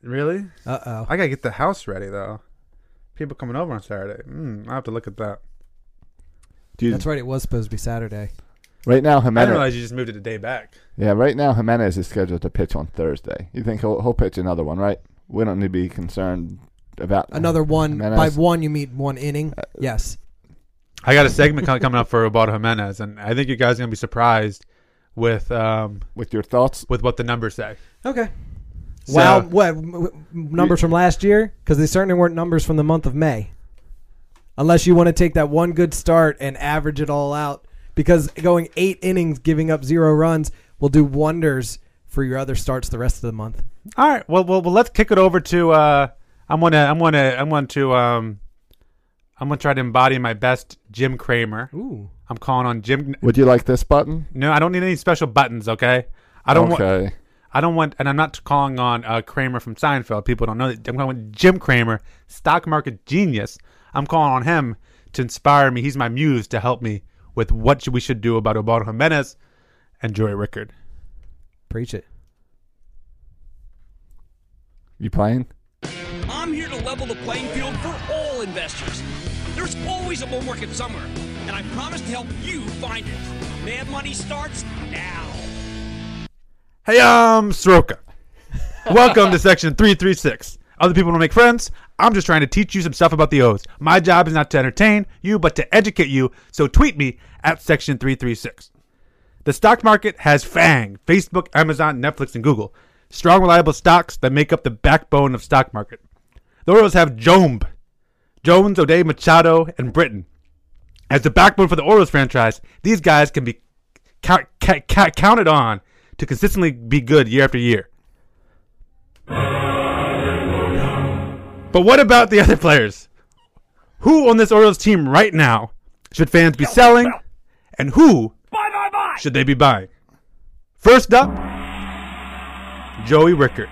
really? Uh oh. I gotta get the house ready though. People coming Hmm, over on Saturday. Mm, I have to look at that. Do you, That's right. It was supposed to be Saturday. Right now, I didn't Jimenez. realize you just moved it a day back. Yeah, right now Jimenez is scheduled to pitch on Thursday. You think he'll, he'll pitch another one, right? We don't need to be concerned about Another one. Jimenez. By one, you mean one inning. Uh, yes. I got a segment co- coming up for Roberto Jimenez, and I think you guys are gonna be surprised with um, with your thoughts with what the numbers say. Okay. So- wow. What m- m- numbers from last year? Because they certainly weren't numbers from the month of May. Unless you want to take that one good start and average it all out, because going eight innings, giving up zero runs, will do wonders for your other starts the rest of the month. All right. Well, well, well let's kick it over to. Uh, I'm gonna, I'm gonna, I'm going to, um, I'm gonna try to embody my best Jim Kramer. Ooh. I'm calling on Jim. Would you like this button? No, I don't need any special buttons. Okay. I don't want. Okay. I don't want, and I'm not calling on uh, Kramer from Seinfeld. People don't know that. I'm calling on Jim Kramer, stock market genius. I'm calling on him to inspire me. He's my muse to help me with what should- we should do about Obaldo Jimenez and Joey Rickard. Preach it. You playing? I'm here to level the playing field for all investors. There's always a bull market somewhere, and I promise to help you find it. Mad Money starts now. Hey, I'm Soroka. Welcome to section 336. Other people don't make friends. I'm just trying to teach you some stuff about the O's. My job is not to entertain you, but to educate you. So tweet me at section 336. The stock market has FANG, Facebook, Amazon, Netflix, and Google. Strong, reliable stocks that make up the backbone of stock market. The Orioles have JOMB, Jones, O'Day, Machado, and Britton. As the backbone for the Orioles franchise, these guys can be count, ca- ca- counted on to consistently be good year after year. But what about the *laughs* other players? Who on this Orioles team right now should fans be selling, and who should they be buying? First up, Joey Rickard.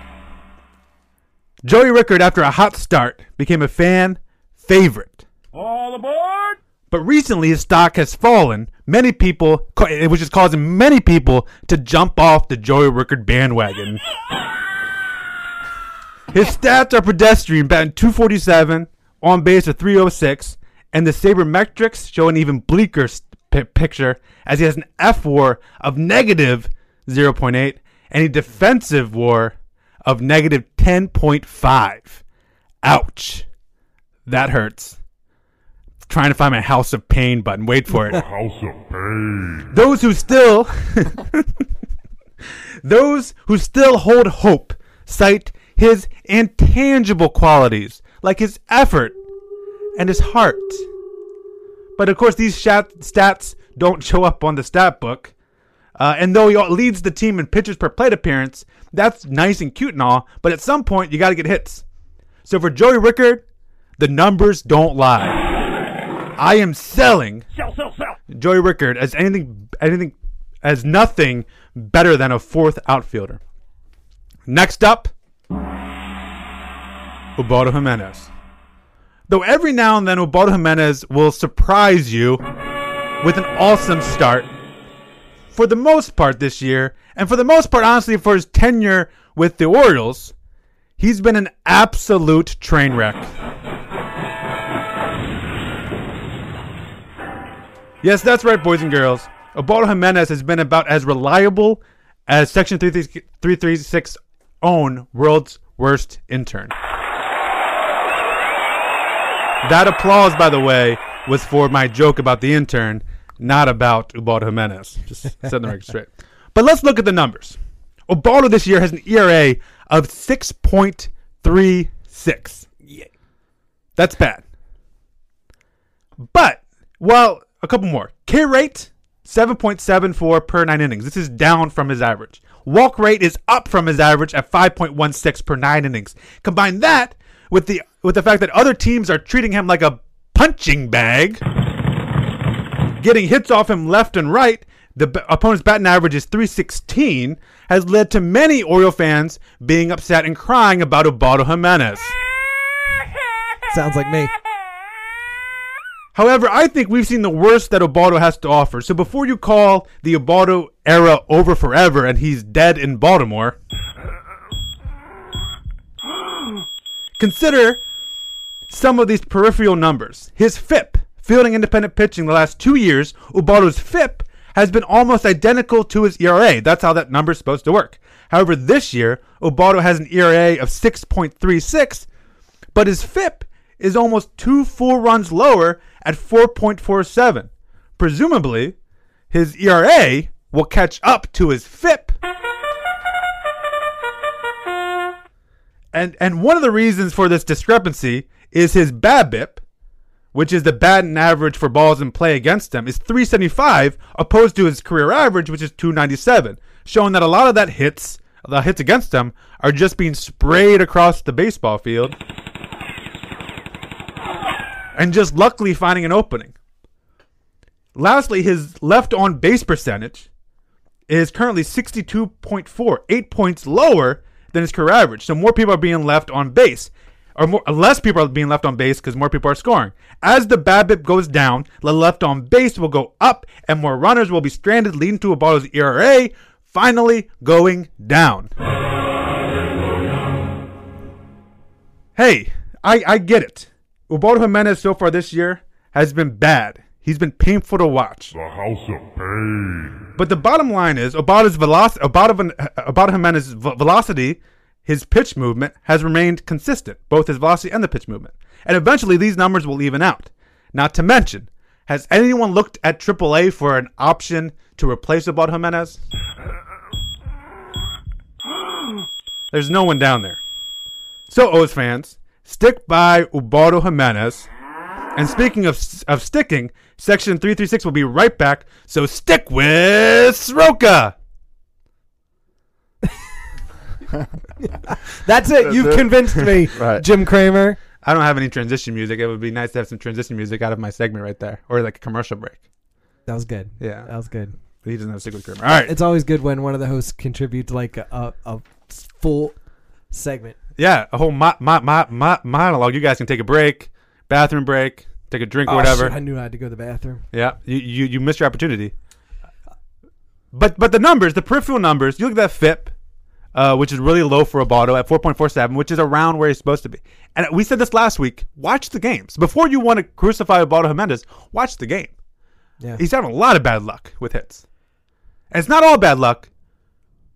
Joey Rickard, after a hot start, became a fan favorite. All aboard! But recently, his stock has fallen. Many people, which is causing many people to jump off the Joey Rickard bandwagon. His stats are pedestrian, batting 247, on base of 306, and the sabermetrics show an even bleaker s- pi picture as he has an F war of negative 0.8 and a defensive war of negative 10.5. Ouch. That hurts trying to find my House of Pain button. Wait for it. *laughs* House of Pain. Those who still, *laughs* those who still hold hope, cite his intangible qualities like his effort and his heart. But of course, these shat- stats don't show up on the stat book. Uh, and though he leads the team in pitches per plate appearance, that's nice and cute and all. But at some point, you got to get hits. So for Joey Rickard, the numbers don't lie. I am selling Sell, sell, sell! Joey Rickard as anything, anything, as nothing better than a fourth outfielder. Next up, Ubaldo Jimenez. Though every now and then Ubaldo Jimenez will surprise you with an awesome start. For the most part this year, and for the most part, honestly, for his tenure with the Orioles, he's been an absolute train wreck. Yes, that's right, boys and girls. Obaldo Jimenez has been about as reliable as Section 336 own world's worst intern. That applause, by the way, was for my joke about the intern, not about Ubaldo Jimenez. Just setting the record straight. But let's look at the numbers. Ubaldo this year has an ERA of 6.36. That's bad. But, well, a couple more. K rate, 7.74 per nine innings. This is down from his average. Walk rate is up from his average at 5.16 per nine innings. Combine that with the with the fact that other teams are treating him like a punching bag, getting hits off him left and right. The b- opponent's batting average is 316, has led to many Oriole fans being upset and crying about Obaldo Jimenez. Sounds like me. However, I think we've seen the worst that Obaldo has to offer. So before you call the Obaldo era over forever and he's dead in Baltimore, consider some of these peripheral numbers. His FIP, fielding independent pitching, the last two years, Ubaldo's FIP has been almost identical to his ERA. That's how that number's supposed to work. However, this year, Obato has an ERA of 6.36, but his FIP is almost two full runs lower at 4.47. Presumably, his ERA will catch up to his FIP. And and one of the reasons for this discrepancy is his BABIP, which is the batting average for balls in play against him, is 375 opposed to his career average, which is 297, showing that a lot of that hits, the hits against him, are just being sprayed across the baseball field, and just luckily finding an opening. Lastly, his left on base percentage is currently 62.4, eight points lower than his career average. So more people are being left on base, or more, less people are being left on base because more people are scoring. As the BABIP goes down, the left on base will go up, and more runners will be stranded, leading to Obato's ERA finally going down. Hey, I, I get it. Ubaldo Jimenez so far this year has been bad. He's been painful to watch. The House of Pain. But the bottom line is Obata's velocity, Obata, Obata Jimenez's ve- velocity, his pitch movement has remained consistent, both his velocity and the pitch movement. And eventually these numbers will even out. Not to mention, has anyone looked at AAA for an option to replace *gasps* Obata Jimenez? There's no one down there. So, O's fans, stick by Ubaldo Jimenez. And speaking of of sticking, Section 336 will be right back, so stick with Sroka. That's it. You've convinced me, Jim Kramer. I don't have any transition music. It would be nice to have some transition music out of my segment right there, or like a commercial break. That was good. Yeah, that was good. But he doesn't have a stick with Kramer. All right. It's always good when one of the hosts contributes like a, a full segment. Yeah, a whole mo- mo- mo- mo- monologue. You guys can take a break, bathroom break, take a drink or Oh, whatever. shit, I knew I had to go to the bathroom. Yeah, you, you you missed your opportunity. But but the numbers, the peripheral numbers, you look at that FIP, uh, which is really low for Abato at 4.47, which is around where he's supposed to be. And we said this last week. Watch the games before you want to crucify Abato Jimenez. Watch the game. Yeah. He's having a lot of bad luck with hits. And it's not all bad luck,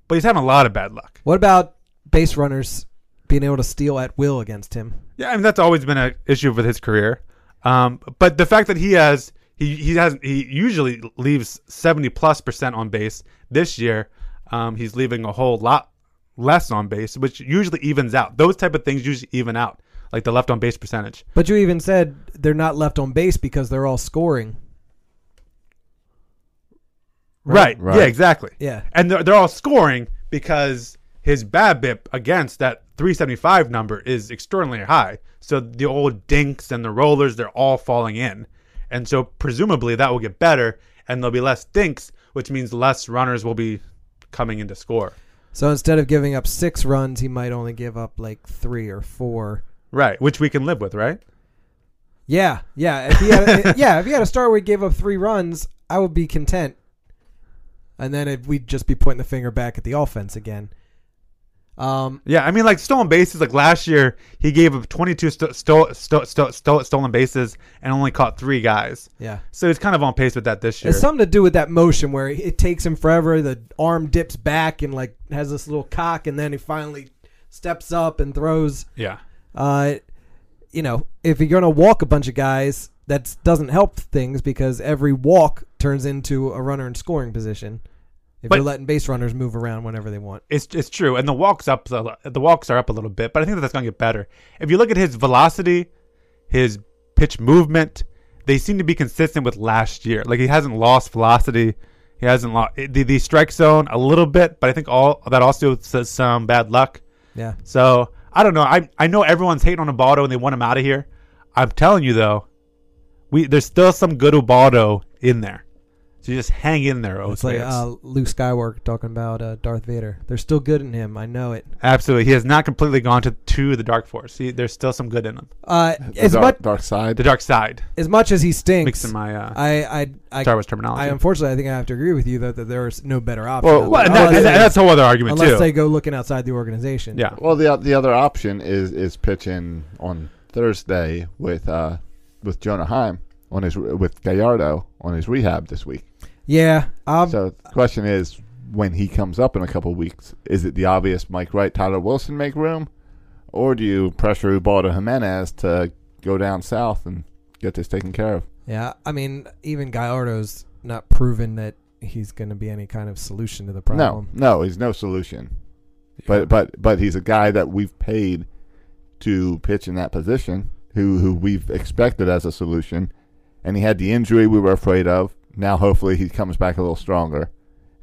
but he's having a lot of bad luck. What about base runners being able to steal at will against him? Yeah, I mean that's always been an issue with his career. Um, but the fact that he has he he has he usually leaves seventy plus percent on base. This year, um, he's leaving a whole lot less on base, which usually evens out. Those type of things usually even out, like the left on base percentage. But you even said they're not left on base because they're all scoring. Right. Right. Yeah. Exactly. Yeah. And they're, they're all scoring because his BABIP against that 375 number is extraordinarily high. So the old dinks and the rollers, they're all falling in, and so presumably that will get better, and there'll be less dinks, which means less runners will be coming in to score. So instead of giving up six runs, he might only give up like three or four. Right. Which we can live with, right? Yeah, yeah. If he had, yeah, if he had a *laughs* star where he gave up three runs, I would be content. And then it, we'd just be pointing the finger back at the offense again. Um, Yeah, I mean, like stolen bases. Like last year, he gave up 22 sto- sto- sto- sto- sto- stolen bases and only caught three guys. Yeah. So he's kind of on pace with that this year. It's something to do with that motion where it takes him forever. The arm dips back and like has this little cock, and then he finally steps up and throws. Yeah. Uh, you know, if you're gonna walk a bunch of guys, that doesn't help things because every walk turns into a runner in scoring position. If But- you're letting base runners move around whenever they want. It's it's true, and the walks up the the walks are up a little bit, but I think that that's going to get better. If you look at his velocity, his pitch movement, they seem to be consistent with last year. Like he hasn't lost velocity, he hasn't lost the, the strike zone a little bit, but I think all that also says some bad luck. Yeah. So I don't know. I I know everyone's hating on Ubaldo and they want him out of here. I'm telling you though, we there's still some good Ubaldo in there. So you just hang in there, O's It's like Oh, fans. uh, Luke Skywalker talking about uh, Darth Vader. They're still good in him. I know it. Absolutely, he has not completely gone to to the dark force. He, there's still some good in him. Uh, The as dark- much- dark side, the dark side. As much as he stinks, Mixing my, uh, I, I, I, Star Wars terminology. I unfortunately, I think I have to agree with you though that there is no better option. Well, well, and that- Unless and they- that's a whole other argument, unless too. they go looking outside the organization. Well, the the other option is is pitching on Thursday with uh with Jonah Heim on his with Gallardo on his rehab this week. Yeah. um, so the question is, when he comes up in a couple weeks, is it the obvious Mike Wright, Tyler Wilson make room, or do you pressure Ubaldo Jimenez to go down south and get this taken care of? Yeah, I mean, even Gallardo's not proven that he's going to be any kind of solution to the problem. No, no, he's no solution. But but but he's a guy that we've paid to pitch in that position, who who we've expected as a solution, and he had the injury we were afraid of. Now hopefully he comes back a little stronger,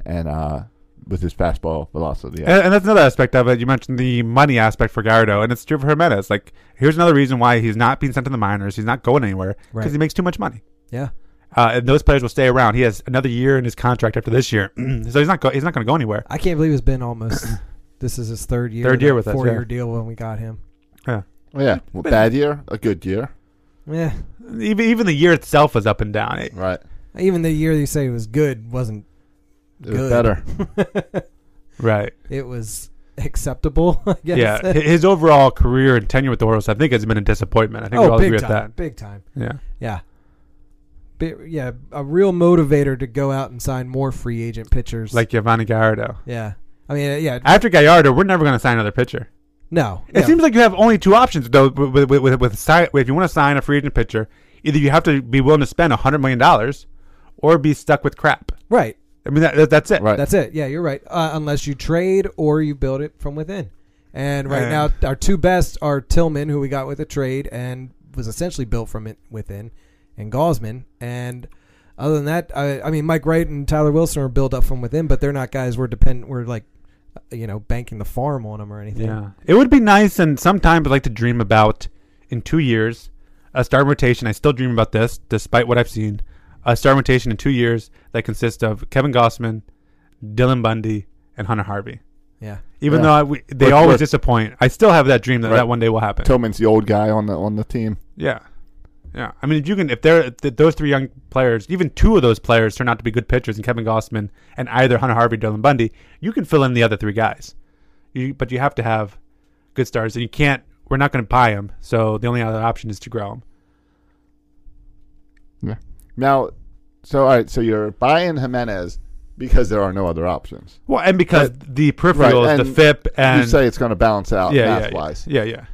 and uh, with his fastball velocity. up. And, and that's another aspect of it. You mentioned the money aspect for Gallardo, and it's true for Jimenez. Like, here's another reason why he's not being sent to the minors. He's not going anywhere because Right. he makes too much money. Yeah. Uh, and those players will stay around. He has another year in his contract after this year, *clears throat* so he's not go- he's not going to go anywhere. I can't believe it's *coughs* been almost. this is his third year. Third year with us, four year yeah. deal when we got him. Yeah. Well, Oh, yeah, well, bad year, a good year. Yeah. Even even the year itself was up and down. It- Right. Even the year they say it was good wasn't It was good. better. Right. It was acceptable. *laughs* I guess. Yeah. hi- His overall career and tenure with the Orioles, I think, has been a disappointment. I think we all Oh, big agree time, with that. Big time. Yeah. Yeah. Bi- yeah, a real motivator to go out and sign more free agent pitchers. Like Giovanni Gallardo. yeah. I mean, uh, yeah. After Gallardo, we're never going to sign another pitcher. No. It seems like you have only two options though. With with, with, with si- if you want to sign a free agent pitcher, either you have to be willing to spend hundred million dollars, or be stuck with crap. Right. I mean that, that- that's it. That's it. Yeah, you're right. Uh, unless you trade or you build it from within. And right Man. now, our two best are Tillman, who we got with a trade and was essentially built from it within, and Gosman. And other than that, I, I mean, Mike Wright and Tyler Wilson are built up from within, but they're not guys we're depend. We're like, uh, you know, banking the farm on them or anything. Yeah. It would be nice, and sometimes I'd like to dream about in two years a starting rotation. I still dream about this, despite what I've seen. A starting rotation in two years that consists of Kevin Gossman, Dylan Bundy, and Hunter Harvey. Yeah. Even Yeah. though I, we, they We're- always we're- disappoint, I still have that dream that Right. that one day will happen. Tillman's the old guy on the on the team. Yeah, yeah. I mean, if you can, if they're if those three young players, even two of those players turn out to be good pitchers, and Kevin Gossman and either Hunter Harvey, Dylan Bundy, you can fill in the other three guys. You, but you have to have good stars, and you can't. We're not going to buy them, so the only other option is to grow them. Now, so all right, so you're buying Jimenez because there are no other options. Well, and because the peripherals, Right, the and FIP, and you say it's going to balance out Yeah, yeah, math wise. yeah, yeah.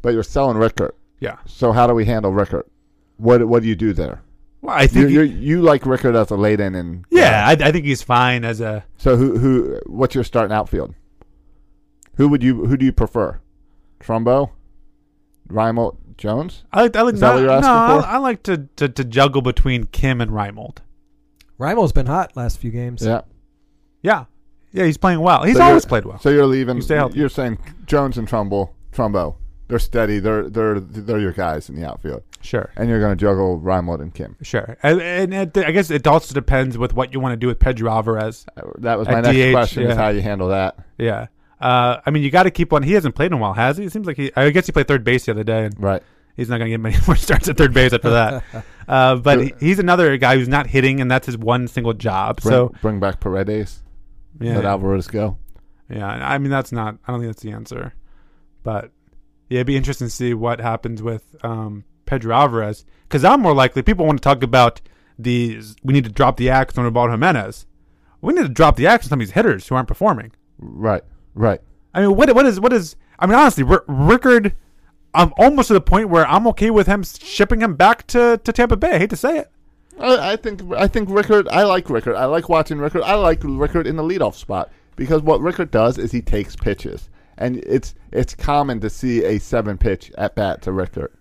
But you're selling Rickert. Yeah. So how do we handle Rickert? What what do you do there? Well, I think you you like Rickert as a late in and uh, yeah, I, I think he's fine as a. So who who what's your starting outfield? Who would you who do you prefer? Trumbo, Reimold, Jones. I like. I like. Is that what no, you're asking no, for? I, I like to, to to juggle between Kim and Reimold. Rimo's been hot last few games. Yeah. Yeah, yeah. He's playing well. He's So you're- always played well. So you're leaving. You stay healthy. You're saying Jones and Trumbull, Trumbo. They're steady. They're they're they're your guys in the outfield. Sure. And you're going to juggle Reimold and Kim. Sure, and, and it, I guess it also depends with what you want to do with Pedro Alvarez. That was my next question: is how you handle that. Yeah, uh, I mean you got to keep one. He hasn't played in a while, has he? It seems like he. I guess he played third base the other day, and right, he's not going to get many *laughs* more starts at third base after that. uh, but he, he's another guy who's not hitting, and that's his one single job. Bring, so bring back Paredes. Yeah. Let Alvarez go. yeah, I mean that's not. I don't think that's the answer. But yeah, it'd be interesting to see what happens with um, Pedro Alvarez because I'm more likely people want to talk about the we need to drop the axe on Roberto Jimenez. We need to drop the axe on some of these hitters who aren't performing. Right. Right. I mean, what what is what is? I mean, honestly, R- Rickard, I'm almost to the point where I'm okay with him shipping him back to, to Tampa Bay. I hate to say it. I, I think I think Rickard. I like Rickard. I like watching Rickard. I like Rickard in the leadoff spot because what Rickard does is he takes pitches, and it's it's common to see a seven pitch at bat to Rickard.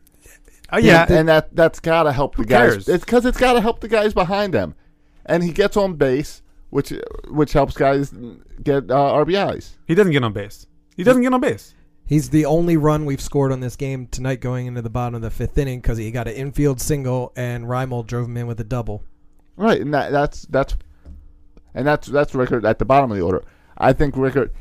Uh, yeah. and, and that that's got to help the cares? guys. It's because it's got to help the guys behind him, and he gets on base, which which helps guys get uh, RBIs. He doesn't get on base. He doesn't get on base. He's the only run we've scored on this game tonight going into the bottom of the fifth inning because he got an infield single and Reimold drove him in with a double. Right, and that, that's that's and that's that's Rickard at the bottom of the order. I think Rickard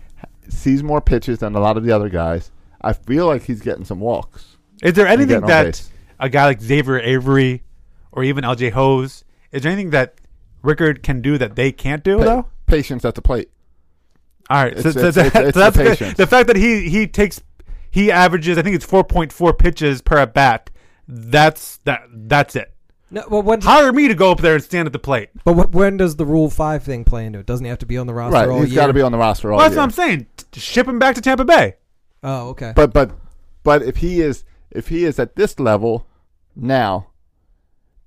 sees more pitches than a lot of the other guys. I feel like he's getting some walks. Is there And anything getting on that base. a guy like Xavier Avery or even LJ Hose is there anything that Rickard can do that they can't do Pa- though? patience at the plate? All right, so, It's- so- it's- so- it's- so it's the that's good. patience. the fact that he he takes he averages I think it's four point four pitches per at bat. That's that that's it. No, well, when hire me to go up there and stand at the plate. But wh- when does the Rule Five thing play into it? Doesn't he have to be on the roster? Right, all he's year? got to be on the roster all Well, that's year. what I'm saying. T- Ship him back to Tampa Bay. Oh, okay. But but but if he is if he is at this level now,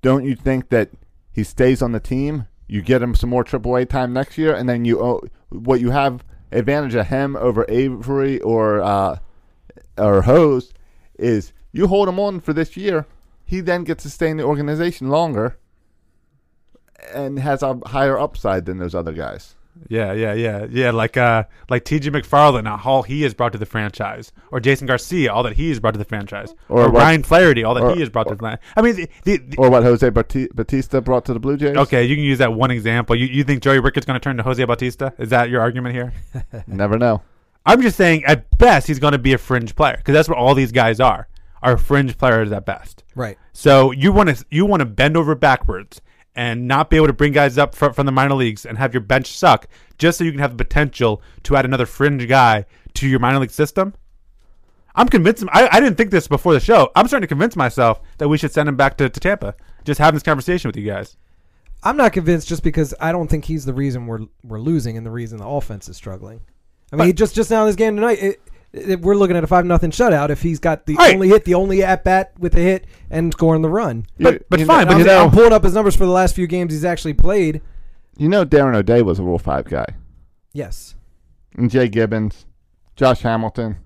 don't you think that he stays on the team? You get him some more AAA time next year, and then you owe, what you have advantage of him over Avery or uh, or Hose is you hold him on for this year. He then gets to stay in the organization longer and has a higher upside than those other guys. Yeah, yeah, yeah, yeah. Like uh, like T.J. McFarland, uh, all he has brought to the franchise, or Jason Garcia, all that he has brought to the franchise, or, Or what- Ryan Flaherty, all that or- he has brought to the franchise. I mean, the, the, Or what Jose Bati- Batista brought to the Blue Jays? okay, you can use that one example. You you think Joey Ricketts going to turn to Jose Bautista? Is that your *laughs* argument here? Never know. I'm just saying, at best, he's going to be a fringe player because that's what all these guys are. Are fringe players at best. Right. So you want to you want to bend over backwards and not be able to bring guys up from, from the minor leagues and have your bench suck just so you can have the potential to add another fringe guy to your minor league system. I'm convinced. I, I didn't think this before the show. I'm starting to convince myself that we should send him back to, to Tampa. Just having this conversation with you guys. I'm not convinced just because I don't think he's the reason we're we're losing and the reason the offense is struggling. I mean, he just just now this game tonight, it, it, we're looking at a five nothing shutout. If he's got the only hit, the only at bat with a hit and scoring the run, But- You- but you fine, And but I'm, you know- I'm pulling up his numbers for the last few games he's actually played. You know, Darren O'Day was a Rule 5 guy. Yes, And Jay Gibbons, Josh Hamilton.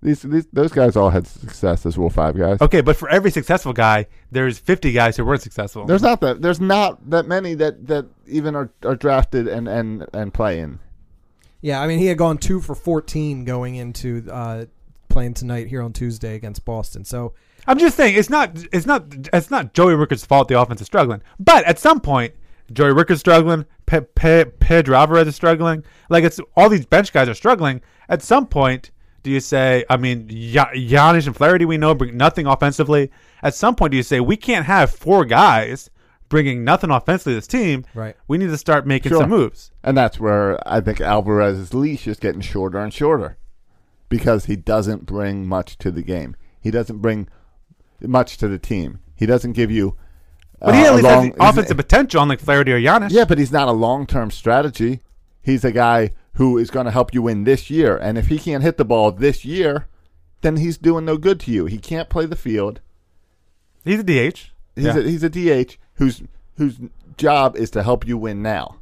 These, these Those guys all had success as Rule 5 guys. Okay, but for every successful guy, there's 50 guys who weren't successful. There's not that. There's not that many that, that even are, are drafted and, and, and play in. yeah. I mean, he had gone two for fourteen going into uh, playing tonight here on Tuesday against Boston. So I'm just saying it's not it's not it's not Joey Rickard's fault the offense is struggling. But at some point, Joey Rickard's struggling, Pe- Pe- Pedro Alvarez is struggling. Like it's all these bench guys are struggling. At some point, do you say? I mean, Ya- Giannis and Flaherty we know bring nothing offensively. At some point, do you say we can't have four guys bringing nothing offensively to this team? Right. We need to start making Sure. some moves. And that's where I think Alvarez's leash is getting shorter and shorter because he doesn't bring much to the game. He doesn't bring much to the team. He doesn't give you. But he uh, at a least has long- the offensive potential, unlike Flaherty or Giannis. Yeah, but he's not a long term strategy. He's a guy who is going to help you win this year. And if he can't hit the ball this year, then he's doing no good to you. He can't play the field. He's a DH. He's, Yeah. a, he's a DH whose whose job is to help you win now.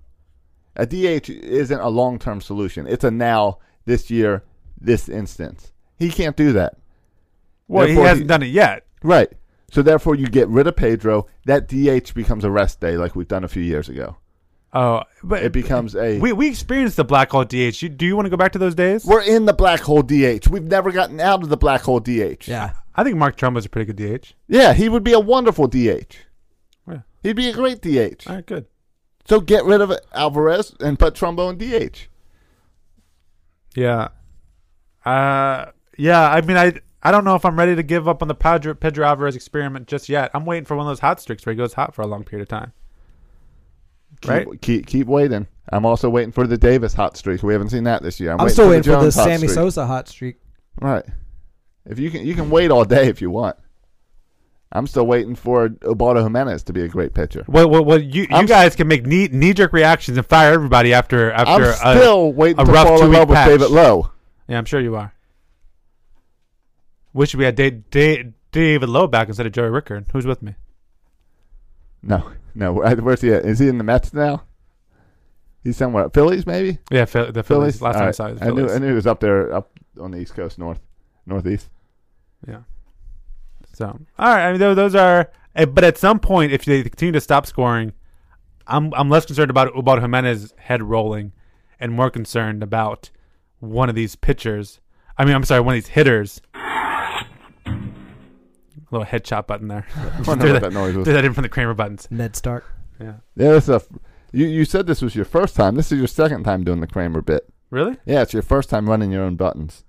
A DH isn't a long term solution. It's a now, this year, this instance. He can't do that. Well, he Therefore, hasn't done it yet. Right. So therefore, you get rid of Pedro. That DH becomes a rest day, like we've done a few years ago. Oh, but It becomes a. we we experienced the black hole DH. You, do you want to go back to those days? We're in the black hole DH. We've never gotten out of the black hole DH. Yeah. I think Mark Trumbo's a pretty good DH. Yeah, he would be a wonderful DH. Yeah. He'd be a great DH. All right, good. So get rid of Alvarez and put Trumbo in DH. Yeah. Uh, yeah. I mean, I I don't know if I'm ready to give up on the Pedro, Pedro Alvarez experiment just yet. I'm waiting for one of those hot streaks where he goes hot for a long period of time. Keep, Right. Keep, keep waiting. I'm also waiting for the Davis hot streak. We haven't seen that this year. I'm, I'm, still for waiting for the Jones hot Sammy streak. Sosa hot streak. Right. If you can, you can wait all day if you want. I'm still waiting for Obaldo Jimenez to be a great pitcher. Well, well, well you, you I'm- guys can make knee knee jerk reactions and fire everybody after I'm after a, still waiting a to rough fall in two-week love patch. with David Lowe. Yeah, I'm sure you are. Wish we had da- da- David Lowe back instead of Joey Rickard. Who's with me? No, no. where- Where's he at? Is he in the Mets now? He's somewhere. Phillies, maybe. Yeah, Phil- the Phillies. Last time I Alright. saw it was I knew. Phillies. I knew he was up there, up on the East Coast, north, *laughs* northeast. Yeah. So all right, I mean tho- those are. eh, But at some point, if they continue to stop scoring, I'm I'm less concerned about about Jimenez head rolling, and more concerned about one of these pitchers. I mean, I'm sorry, one of these hitters. little headshot button there. *laughs* I wonder Threw what that noise was. threw that in from the Kramer buttons. Ned Stark. Yeah. Yeah, that's a. You you said this was your first time. This is your second time doing the Kramer bit. Really? Yeah, it's your first time running your own buttons.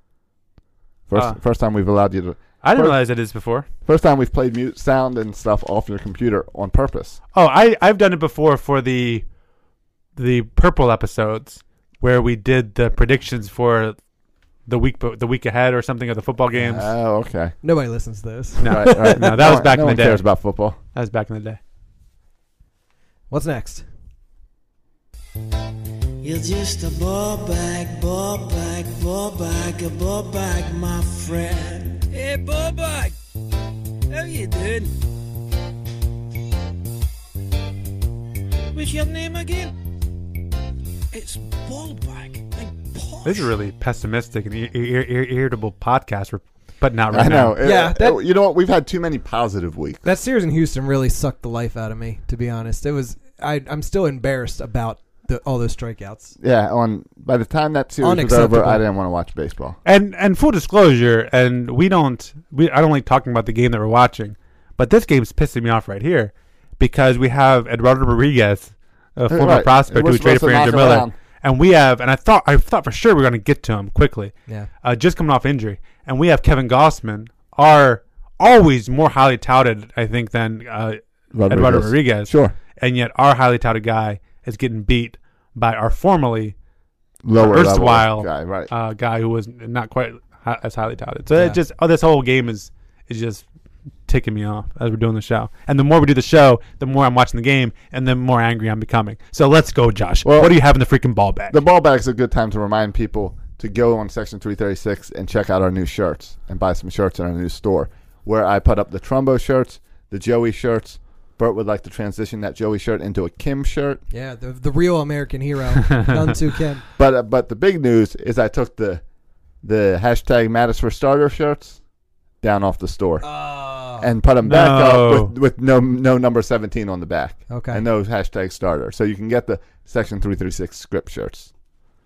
First Ah. first time we've allowed you to. I didn't first- realize I did this before. First time we've played mute sound and stuff off your computer on purpose. Oh, I I've done it before for the the purple episodes where we did the predictions for the week bo- the week ahead or something of the football games. Oh, okay. Nobody listens to this. No, Right, right. *laughs* no, that No was one- back no in the one day. cares about football. That was back in the day. What's next? You're just a ball bag, ball bag, ball bag, a ball bag, my friend. Hey, Bobak! How you doing? What's your name again? It's Ballback. This is really pessimistic and ir- ir- ir- irritable podcast we're putting out *laughs* right I know. now. It- it- you know what? We've had too many positive weeks. That series in Houston really sucked the life out of me. To be honest, it was. I, I'm still embarrassed about the, all those strikeouts. Yeah. On by the time that series was over, Unacceptable. I didn't want to watch baseball. And and full disclosure, and we don't we I don't like talking about the game that we're watching, but this game's pissing me off right here because we have Eduardo Rodriguez, a Uh, former right. prospect We're who we traded for supposed to Andrew knock him Miller, down. and we have and I thought I thought for sure we were going to get to him quickly, Yeah. uh, just coming off injury, and we have Kevin Gossman, our always more highly touted I think than uh, Rodriguez. Eduardo Rodriguez, Sure. and yet our highly touted guy is getting beat by our formerly Lower level erstwhile guy, right. uh, guy who was not quite hi- as highly touted. So Yeah. it just oh, this whole game is is just ticking me off as we're doing the show. And the more we do the show, the more I'm watching the game, and the more angry I'm becoming. So let's go, Josh. what do you have in the freaking ball bag? The ball bag's a good time to remind people to go on Section 336 and check out our new shirts and buy some shirts in our new store, where I put up the Trumbo shirts, the Joey shirts. Bert would like to transition that Joey shirt into a Kim shirt. Yeah, the the real American hero, Dunsu Kim. But uh, but the big news is I took the the hashtag Mattis for starter shirts down off the store Oh. and put them back No. up with, with no no number seventeen on the back. Okay. and no hashtag starter, so you can get the section three three six script shirts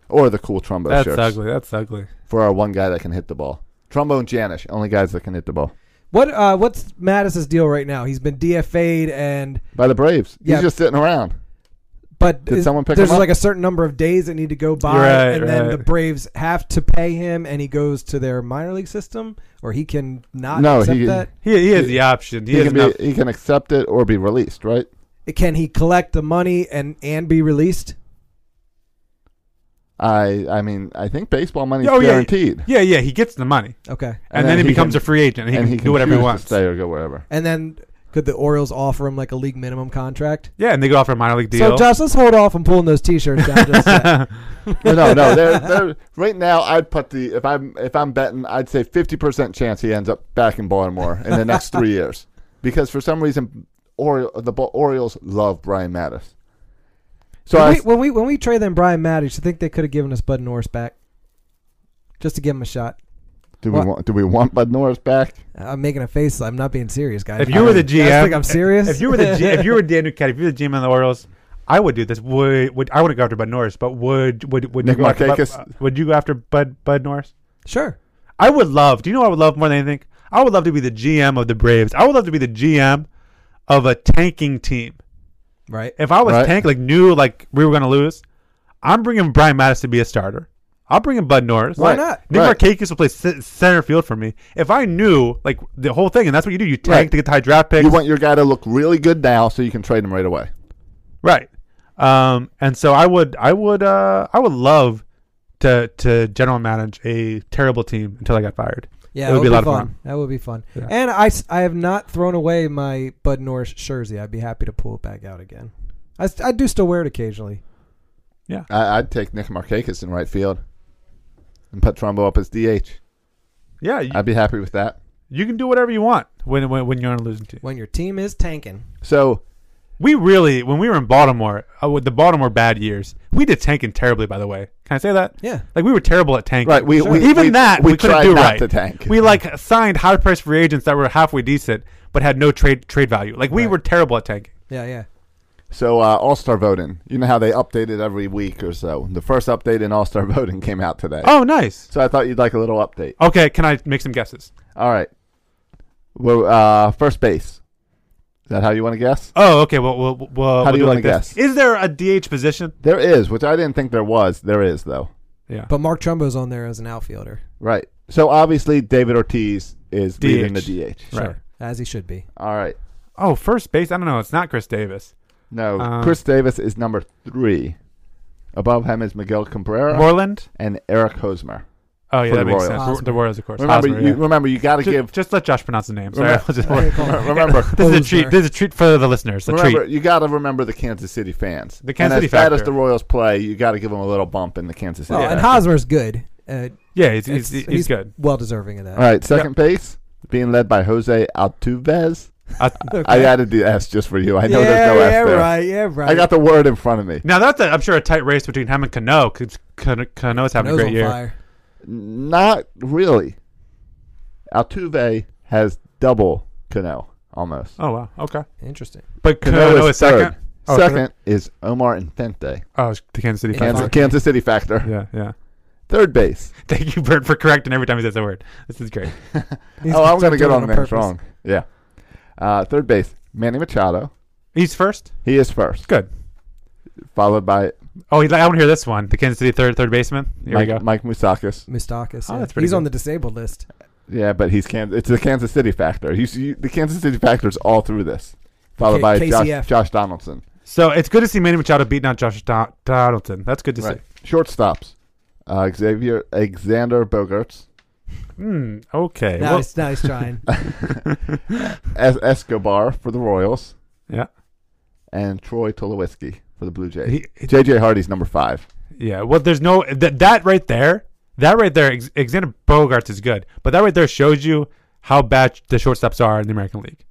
or the cool Trumbo That's shirts. ugly. That's ugly. for our one guy that can hit the ball. Trumbo and Janish, only guys that can hit the ball. What uh, what's Mattis's deal right now? He's been DFA'd and By the Braves. Yeah. He's just sitting around. But Did is- someone pick there's him up? like a certain number of days that need to go by, Right, and then right. the Braves have to pay him, and he goes to their minor league system, or he can not no, accept he, that. He, he has the option. He, he has can enough- be, he can accept it or be released, right? Can he collect the money and and be released? I I mean I think baseball money's Oh, yeah. guaranteed. Yeah, yeah. He gets the money. Okay. And, And, then, he becomes can- a free agent. He and can do whatever he choose to wants. Stay or go wherever. *laughs* And then could the Orioles offer him like a league minimum contract? Yeah, and they go off for a minor league deal. So Josh, let's hold off on pulling those T-shirts *laughs* down. *laughs* Just yet. no, no, no. They're, they're, right now, I'd put the if I'm if I'm betting, I'd say fifty percent chance he ends up back in Baltimore in the next three years, because for some reason, Ori- the Ba- Orioles love Brian Mattis. So I when, s- we, when we when we trade them Brian Maddox, you think they could have given us Bud Norris back, just to give him a shot? do we What? want do we want Bud Norris back? I'm making a face. I'm not being serious, guys. If you were the You guys GM, think I'm serious. If you were the G, if *laughs* you were Dan Duquette, if you were the GM of the Orioles, I would do this. Would, would I wouldn't go after Bud Norris, but would would would Nick you go after Bud, Markakis? uh, would you go after Bud Bud Norris? Sure. I would love. Do you know what I would love more than anything? I would love to be the GM of the Braves. I would love to be the GM of a tanking team. Right. If I was Right. tank, like knew like we were going to lose, I'm bringing Brian Mattis to be a starter. I'll bring in Bud Norris. Why Right. not? Nick Right. Markakis will play c- center field for me. If I knew like the whole thing, and that's what you do, you tank Right. to get high draft picks. You want your guy to look really good now, so you can trade him right away. Right. Um, and so I would, I would, uh, I would love to to general manage a terrible team until I got fired. Yeah, it would be a lot fun. of fun. That would be fun. Yeah. And I, s- I have not thrown away my Bud Norris jersey. I'd be happy to pull it back out again. I, st- I do still wear it occasionally. I, I'd take Nick Markakis in right field, and put Trumbo up as DH. Yeah, you, I'd be happy with that. you can do whatever you want when, when when you're on a losing team. When your team is tanking, So We really, when we were in Baltimore, uh, with the Baltimore bad years, we did tanking terribly. By the way, can I say that? Yeah. like we were terrible at tanking. Right, we- Sure. we- even we- that we we, couldn't tried do not right. to tank. We like signed high priced free agents that were halfway decent but had no trade trade value. Like we were terrible at tanking. yeah, yeah. So uh, All Star voting, you know how they update it every week or so. The first update in All Star *laughs* voting came out today. Oh, nice. So I thought you'd like a little update. Okay, can I make some guesses? All right. Well, uh, first base. Is that how you want to guess? Oh, okay. Well, we'll, we'll How do we'll you it wanna like this. guess? Is there a DH position? There is, which I didn't think there was. There is though. Yeah. But Mark Trumbo's on there as an outfielder. Right. So obviously David Ortiz is leading the DH. DH. Right. Sure. As he should be. All right. Oh, first base. I don't know. It's not Chris Davis. No, Um, Chris Davis is number three. Above him is Miguel Cabrera Moreland. and Eric Hosmer. Oh, yeah, for that the makes Royals. sense. The Royals, of course. Remember, Hosmer, you, yeah. remember, you got to Ju- *laughs* give. Just let Josh pronounce the name. Sorry. *laughs* Remember, remember- this is a treat. This is a treat for the listeners. A remember, treat. You got to remember the Kansas City fans. The Kansas and City as bad as factor. the Royals play, you got to give them a little bump in the Kansas City. Well, and factor. Hosmer's good. Uh, Yeah, he's- it's- he's- he's good. Well deserving of that. All right, second base, being led by Jose Altuve. Uh, I added the S just for you. I know there's no Yeah, S yeah, there. right, yeah, right. I got the word in front of me. Now that's a, I'm sure a tight race between him and Cano. Because Cano's having a great year. Not really. Altuve has double Cano almost. Oh wow. Okay. Interesting. But Cano, is second. Oh, second is Omar Infante. Oh, it's the Kansas City Kansas, factor. Kansas City factor. Yeah, yeah. *laughs* Third base. Thank you, Bert, for correcting every time he says the word. This is great. oh, I'm going to doing get on it on the names purpose. wrong. Yeah. Uh, third base, Manny Machado. He's first. He is first. Good. Followed by Oh, he- I want to hear this one. The Kansas City third third baseman. Here Mike, we go. Mike Moustakis. Moustakis. Oh, yeah. that's pretty he's on good. the disabled list. Yeah, but he's Kansas. It's the Kansas City factor. He's you, the Kansas City factor's all through this, followed K- by KCF. Josh, Josh Donaldson. So it's good to see Manny Machado beating out Josh Don- Donaldson. That's good to Right. see. Shortstops, uh, Xavier Alexander *laughs* Bogarts, Hmm. Okay. Now well- he's- now *laughs* he's trying. Es- Escobar for the Royals. Yeah. and Troy Tulowitzki for the Blue Jays. He- he- JJ Hardy's number five. Yeah. Well, there's no that that right there. That right there, Ex- Alexander Bogarts is good, but that right there shows you how bad the shortstops are in the American League.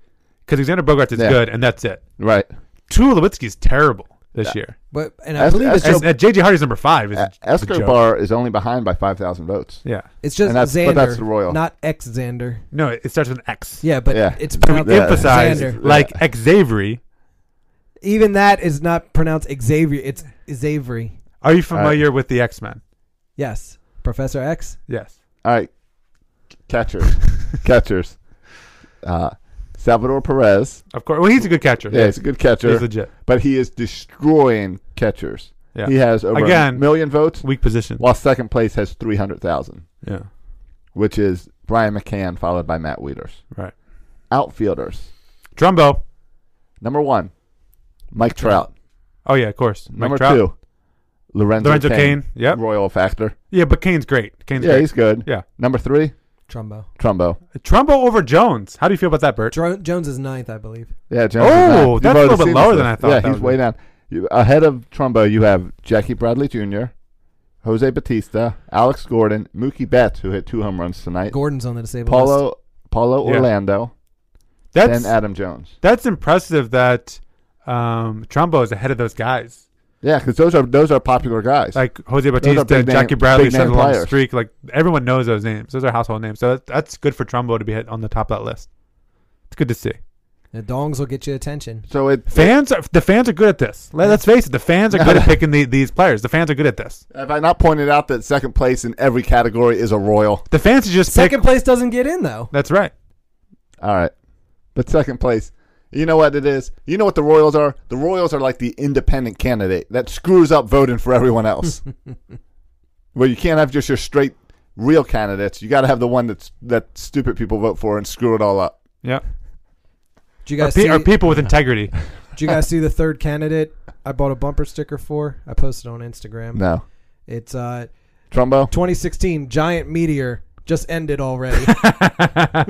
Because Alexander Bogarts is Yeah. good, and that's it. Right. Tulowitzki is terrible this Yeah. year. But and I Es- believe it's Es- just, And JJ Hardy's number five is a- a joke. E- Escobar is only behind by five thousand votes. Yeah. it's just and that's- Xander, but that's the Royal. not ex Xander. No, it it starts with an X. Yeah, but Yeah. it's To pronounced Yeah. Emphasize Xander. like Xavier. Even that is not pronounced Xavier. It's Xavier. Are you familiar with the X Men? Yes, Professor X. Yes. All right, catchers, *laughs* catchers. Uh, Salvador Perez. Of course. Well, he's a good catcher. Yeah, he's a good catcher. He's legit. But he is destroying catchers. Yeah. He has over a Again, million votes, Weak position. while second place has 300,000, Yeah. which is Brian McCann followed by Matt Wieters. Right. Outfielders. Trumbo. Number one, Mike Trout. Oh yeah, of course. Mike Number Trout. two, Lorenzo, Lorenzo Cain. Cain, yep. Royal factor. Yeah, but Kane's great. Kane's yeah, great. he's good. Yeah. Number three, Trumbo. Trumbo. Trumbo over Jones. How do you feel about that, Bert? Dro- Jones is ninth, I believe. Yeah, Jones is Oh, not. You've that's a already little bit seen lower this than list. I thought Yeah, that he's would way be. down. You, ahead of Trumbo, you have Jackie Bradley Jr., Jose Batista, Alex Gordon, Mookie Betts, who hit two home runs tonight, Gordon's on the disabled list. Paulo Paulo Yeah. Orlando, That's and Adam Jones. that's impressive that um, Trumbo is ahead of those guys. Yeah, because those are those are popular guys. Like Jose are Batista, big name- Jackie Bradley, big name set a long players. streak. Like everyone knows those names. Those are household names. So that, that's good for Trumbo to be hit on the top of that list. It's good to see. The dongs will get you attention. so it. Fans are the fans are good at this. Let, us face it, the fans are *laughs* good at picking the, these players. The fans are good at this. Have I not pointed out that second place in every category is a royal? The fans are just Second pick. place doesn't get in though. That's right. All right, but second place. You know what it is. You know what the Royals are. The Royals are like the independent candidate that screws up voting for everyone *laughs* else. Where you can't have just your straight real candidates. You got to have the one that's that stupid people vote for and screw it all up. Yeah. Did you Are, guys pe- see? are people with *laughs* integrity. did *laughs* you guys see the third candidate? I bought a bumper sticker for. I posted on Instagram. No, It's uh, Trumbo. 2016 giant meteor just *laughs* ended already. *laughs* Did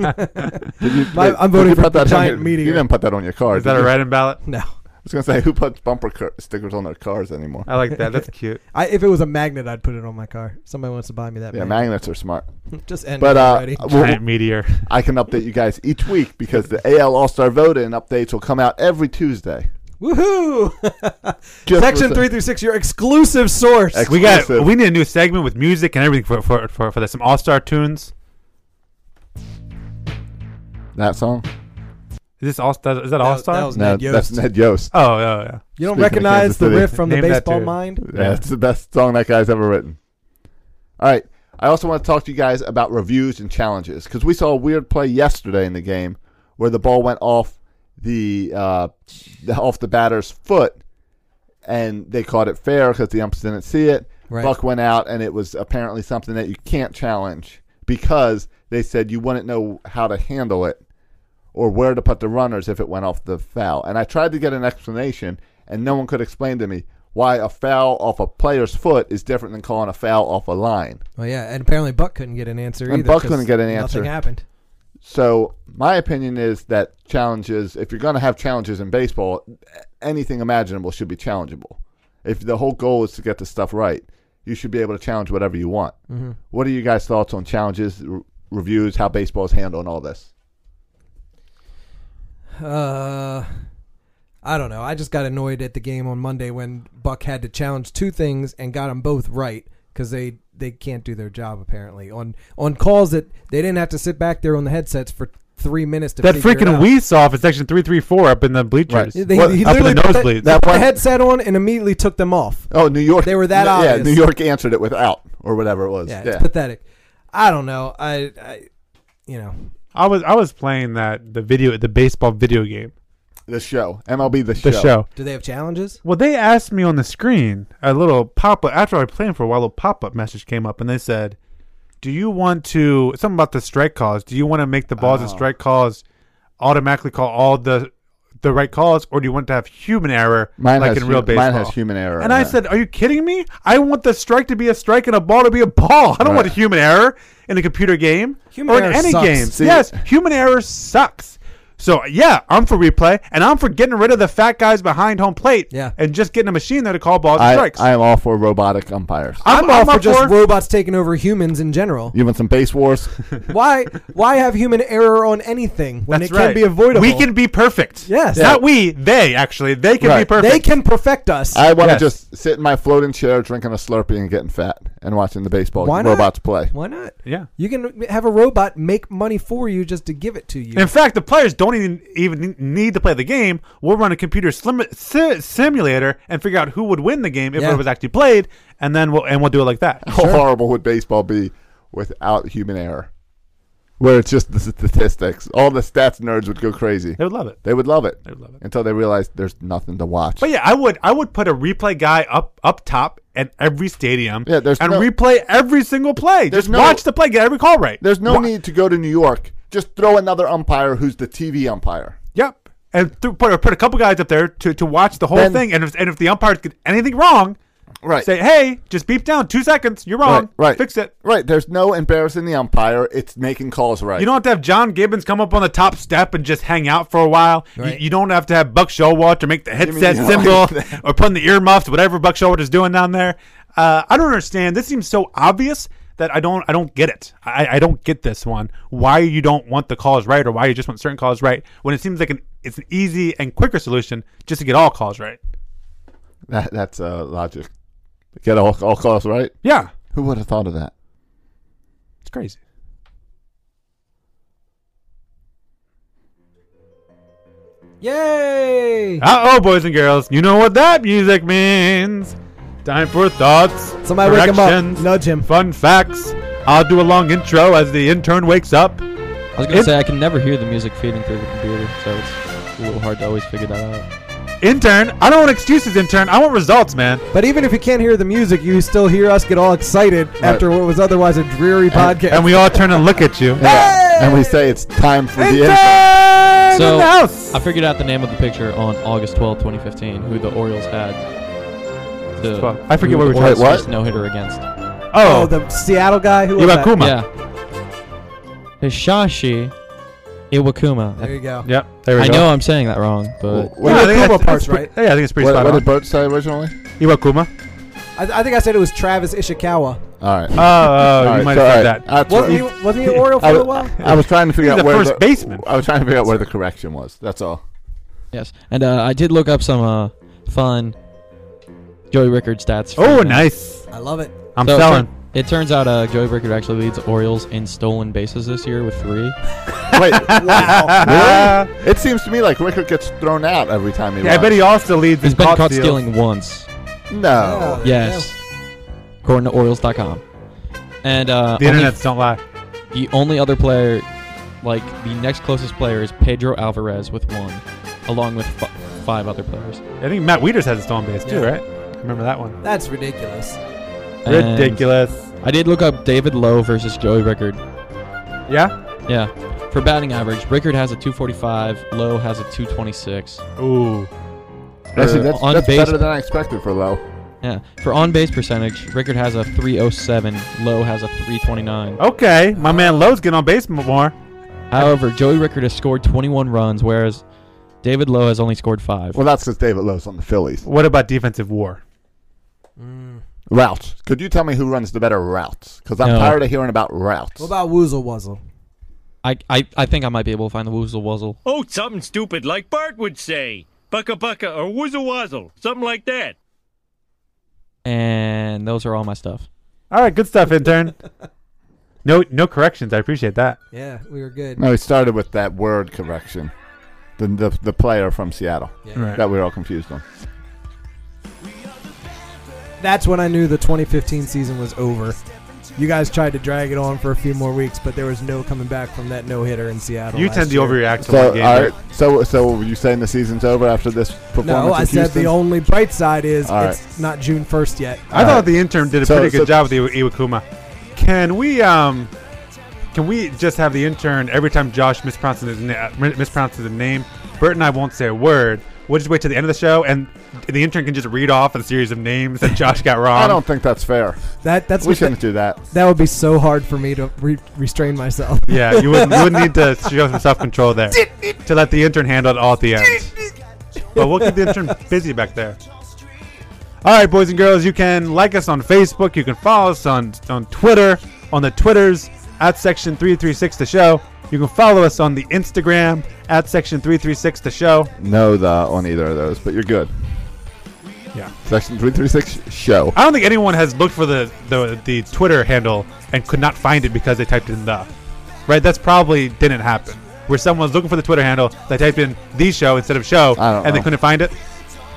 you, My- wait, *laughs* I'm did voting you for put that on giant your- meteor. You didn't put that on your card. Is that did *laughs* a you? writing ballot? no, I was gonna say who puts bumper cur- stickers on their cars anymore? Uh, I like that. That's cute. I, if it was a magnet, I'd put it on my car. Somebody wants to buy me that. yeah, magnet. magnets are smart. just ended But uh, already. we'll- Giant meteor. I can update you guys each week because the AL All Star voting updates will come out every Tuesday. Woohoo! *laughs* Just Section for- three through six, your exclusive source. Ex- *laughs* We got. Exclusive. We need a new segment with music and everything for for for, for this. Some all star tunes. That song? Is this all star? Is that That- all star? that was- Oh, No, Ned Yost. that's Ned *laughs* Yost. oh, yeah. you Speaking don't of recognize Kansas the City, riff from the name that baseball tune. mind? Yeah, it's the best song that guy's ever written. All right. I also want to talk to you guys about reviews and challenges because we saw a weird play yesterday in the game where the ball went off the uh, the- off the batter's foot and they called it fair because the umps didn't see it. Right. Buck went out and it was apparently something that you can't challenge because they said you wouldn't know how to handle it or where to put the runners if it went off the foul. And I tried to get an explanation, and no one could explain to me why a foul off a player's foot is different than calling a foul off a line. Well, yeah, and apparently Buck couldn't get an answer And either. Buck 'cause couldn't get an answer. Nothing happened. So my opinion is that challenges, if you're going to have challenges in baseball, anything imaginable should be challengeable. If the whole goal is to get the stuff right, you should be able to challenge whatever you want. Mhm. What are you guys' thoughts on challenges, r- reviews, how baseball's handling all this? Uh, I don't know. I just got annoyed at the game on Monday when Buck had to challenge two things and got them both right because they they can't do their job apparently on on calls that they didn't have to sit back there on the headsets for three minutes to That figure it freaking out. weed off in section three three four up in the bleachers, They, he up in the literally put nosebleeds. that, put the headset on and immediately took them off. Oh, New York. They were that yeah, obvious. New York answered it without or whatever it was. Yeah, Yeah. it's pathetic. I don't know. I, I you know, I was I was playing that the video the baseball video game. The show MLB the The show. do they have challenges? Well, they asked me on the screen a little pop up after I played for a while. A pop up message came up, and they said, "Do you want to something about the strike calls? Do you want to make the balls and Oh. strike calls automatically call all the the right calls, or do you want to have human error Mine like has in real hu- baseball?" mine has human error, And I yeah. said, "Are you kidding me? I want the strike to be a strike and a ball to be a ball. *laughs* I don't want Right. human error in a computer game Human or in error any sucks. game. See- yes, human error sucks." So yeah, I'm for replay, and I'm for getting rid of the fat guys behind home plate, yeah. and just getting a machine there to call balls and I, strikes. Ah. I am all for robotic umpires. I'm, all for up just for- robots taking over humans in general. You want some base *laughs* wars? *laughs* why why have human error on anything when That's it right. can be avoidable? We can be perfect. Yes. not we. They actually they can Right. be perfect. They can perfect us. I want to just sit in my floating chair, drinking a Slurpee, and getting fat, and watching the baseball Why not? robots play. Why not? Yeah. You can have a robot make money for you just to give it to you. In fact, the players don't even even need to play the game. We'll run a computer slim, si- simulator and figure out who would win the game if Yeah. it was actually played, and then we'll and we'll do it like that. *laughs* How horrible would baseball be without human error? Where it's just the statistics. All the stats nerds would go crazy. They would love it. They would love it. They would love it. Until they realize there's nothing to watch. But yeah, I would I would put a replay guy up up top at every stadium. Yeah, there's and no- replay every single play. There's Just no- watch the play, get every call right. There's no Wha- need to go to New York. Just throw another umpire who's the TV umpire. Yep. And th- put, put a couple guys up there to, to watch the whole Then- thing. And if, and if the umpires get anything wrong, Right. say, hey, just beep down two seconds. You're wrong. Right, right. Um, Fix it. Right. There's no embarrassing the umpire. It's making calls right. You don't have to have John Gibbons come up on the top step and just hang out for a while. You- Right. You, don't have to have Buck Showalter make the mean headset you symbol like or put in the earmuffs, whatever Buck Showalter's doing down there. Uh, I don't understand. This seems so obvious that I don't I don't get it. I, I don't get this one. Why you don't want the calls right or why you just want certain calls right when it seems like an it's an easy and quicker solution just to get all calls right. That, that's uh, logic. Get all, all calls right? Yeah. Who would have thought of that? It's crazy. Yay! Uh oh, boys and girls, you know what that music means. Time for thoughts. Somebody wake him up. corrections, Nudge him. Fun facts. I'll do a long intro as the intern wakes up. I was gonna say I can never hear the music feeding through the computer, so it's a little hard to always figure that out. Intern, I don't want excuses, intern. I want results, man. But even if you can't hear the music, you still hear us get all excited after what was otherwise a dreary podcast. And we all turn and *laughs* look at you. And we say it's time for the Intern! So the house! I figured out the name of the picture on August twelfth, 2015, who the Orioles had. The- 12. I forget who what we the were talking- Orioles Wait, what? faced No hitter against. oh, the Seattle guy who was that? Yeah. Hishashi Iwakuma. There you go. Yep. There we I go. know I'm saying that wrong, but Well, I think Kubo that's- that's parts right. pre- Yeah, I think it's pretty what, spot what on. did Bert say originally? Iwakuma. I, I think I said it was Travis Ishikawa. *laughs* All right. oh, you All right, might so, have said all that. That's Wasn't what- he- wasn't he an Oriole for I a was- while? I was trying to figure He's out the where first the baseman. I was trying to figure out where the correction was. That's *laughs* all. yes. And uh, I did look up some uh, fun Joey Rickard stats. for Oh, him. nice. I love it. I'm So it selling. turn- It turns out uh, Joey Rickard actually leads the Orioles in stolen bases this year with three. Wait, Ah. really? It seems to me like Rickard gets thrown out every time he. Yeah, I bet he runs. also leads He's in been caught caught steals. stealing once. No. Yeah. Yes. According to Orioles.com. And uh, The only- internets don't lie. The only other player, like the next closest player, is Pedro Alvarez with one, along with f- five other players. I think Matt Wieters has a stolen base too, Yeah. right? Remember that one? That's ridiculous. And Ridiculous. I did look up David Lowe versus Joey Rickard. Yeah. Yeah, for batting average, Rickard has a 245, Lowe has a 226. Ooh. Actually, or Uh, that's, on that's base- better than I expected for low. Yeah, for on base percentage, Rickard has a 307. Lowe has a 329. Okay, my man Lowe's getting on base more. However, Joey Rickard has scored 21 runs, whereas David Lowe has only scored five. Well, that's because David Lowe's on the Phillies. What about defensive war? Route. Could you tell me who runs the better route? Because I'm No. tired of hearing about routes. What about Woozle Wuzzle? I, I, I think I might be able to find the woozle wuzzle. Oh, something stupid like Bart would say. Bucka bucka or woozle wazzle. Something like that. And those are all my stuff. All right, good stuff, *laughs* intern. no, no corrections. I appreciate that. Yeah, we were good. No, he started with that word correction. The, the, the player from Seattle Yeah. Right. that we were all confused on. That's when I knew the 2015 season was over. You guys tried to drag it on for a few more weeks, but there was no coming back from that no hitter in Seattle. You last tend to year. overreact to So, one game. all right? right, so, so were you saying the season's over after this performance? No, in I said Houston? the only bright side is All right. it's not June 1st yet. I thought the intern did a So- pretty good so- job with Iwa- Iwakuma. Can we um, can we just have the intern every time Josh mispronounces his, na- uh, mispronounces his name? Bert and I won't say a word. We'll just wait to the end of the show, and the intern can just read off a series of names that Josh got *laughs* wrong. I don't think that's fair. That that's we what the- shouldn't do that. That would be so hard for me to re- restrain *laughs* myself. Yeah, you would, you would need to show some self control there to let the intern handle it all at the end. But we'll keep the intern busy back there. All right, boys and girls, you can like us on Facebook. You can follow us on, on Twitter, on the Twitters, at Section 336 The Show. You can follow us on the Instagram, at Section 336 The Show. No, the on either of those, but you're good. Yeah. Section 336 show. I don't think anyone has looked for the, the, the Twitter handle and could not find it because they typed in the. Right? That's probably didn't happen. Where someone's looking for the Twitter handle, they typed in the show instead of show, and they know. couldn't find it.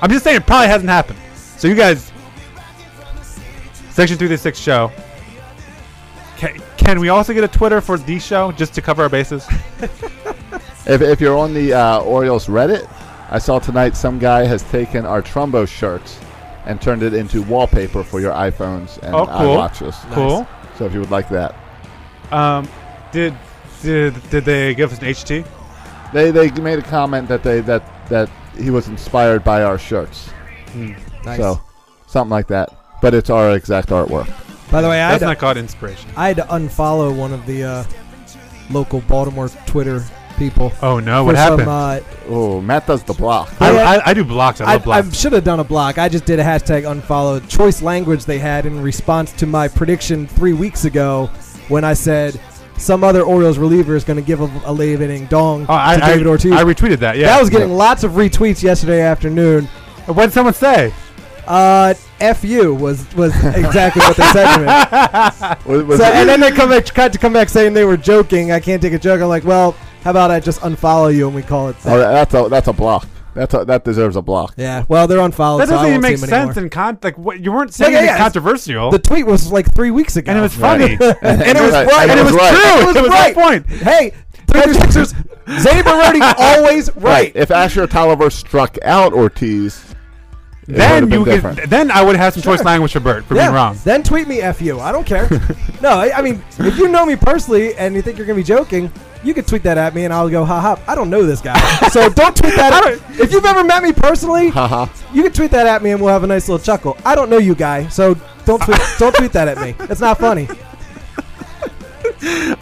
I'm just saying, it probably hasn't happened. So you guys, section three to six show. Can, can we also get a Twitter for the show just to cover our bases? If, if you're on the uh, Orioles Reddit, I saw tonight some guy has taken our Trumbo shirts and turned it into wallpaper for your iPhones and Oh, cool. iWatches. Cool. Nice. So if you would like that, Um, did did did they give us an HT? they they made a comment that they that that he was inspired by our shirts. Nice. So something like that, but it's our exact artwork. By the way, I that's had, not called inspiration. I had to unfollow one of the uh, local Baltimore Twitter people. Oh no, for what some, happened? uh, oh, Matt does the *laughs* block. I, Yeah. I, I do blocks. I love I, blocks. I should have done a block. I just did a hashtag unfollowed choice language they had in response to my prediction three weeks ago when I said some other Orioles reliever is going to give a, a late inning dong Oh, I, to I, David Ortiz. I retweeted that. Yeah, That was getting lots of retweets yesterday afternoon. What did someone say? Uh, "F you" was was exactly what they said to *laughs* me. Was- was so, it- and then they come back, tried to come back saying they were joking. I can't take a joke. I'm like, well, how about I just unfollow you and we call it Oh, that? that- that's a that's a block. That's a, that deserves a block. Yeah. Well, they're unfollowed. That so I doesn't even won't make see them anymore. sense. And con- like, what, you weren't saying yeah, anything yeah, it's- controversial. The tweet was like three weeks ago, And it was *laughs* funny. and, it was And right, it was right. true. It was right. on point. Hey, 36ers, Zay *laughs* Berardi always right. If Asher Tolliver struck out Ortiz, it would've then been you *laughs* different. could, then I would have some choice language for Bert for Yeah, being wrong. Then tweet me f you. I *laughs* don't care. no, I, I mean, if you know me personally and you think you're gonna be joking, you can tweet that at me and I'll go ha ha. I don't know this *laughs* guy, so don't tweet that. at If you've ever met me personally, Haha. you can tweet that at me and we'll have a nice little chuckle. I don't know you guy, so don't *laughs* tweet don't tweet that at me. It's not funny.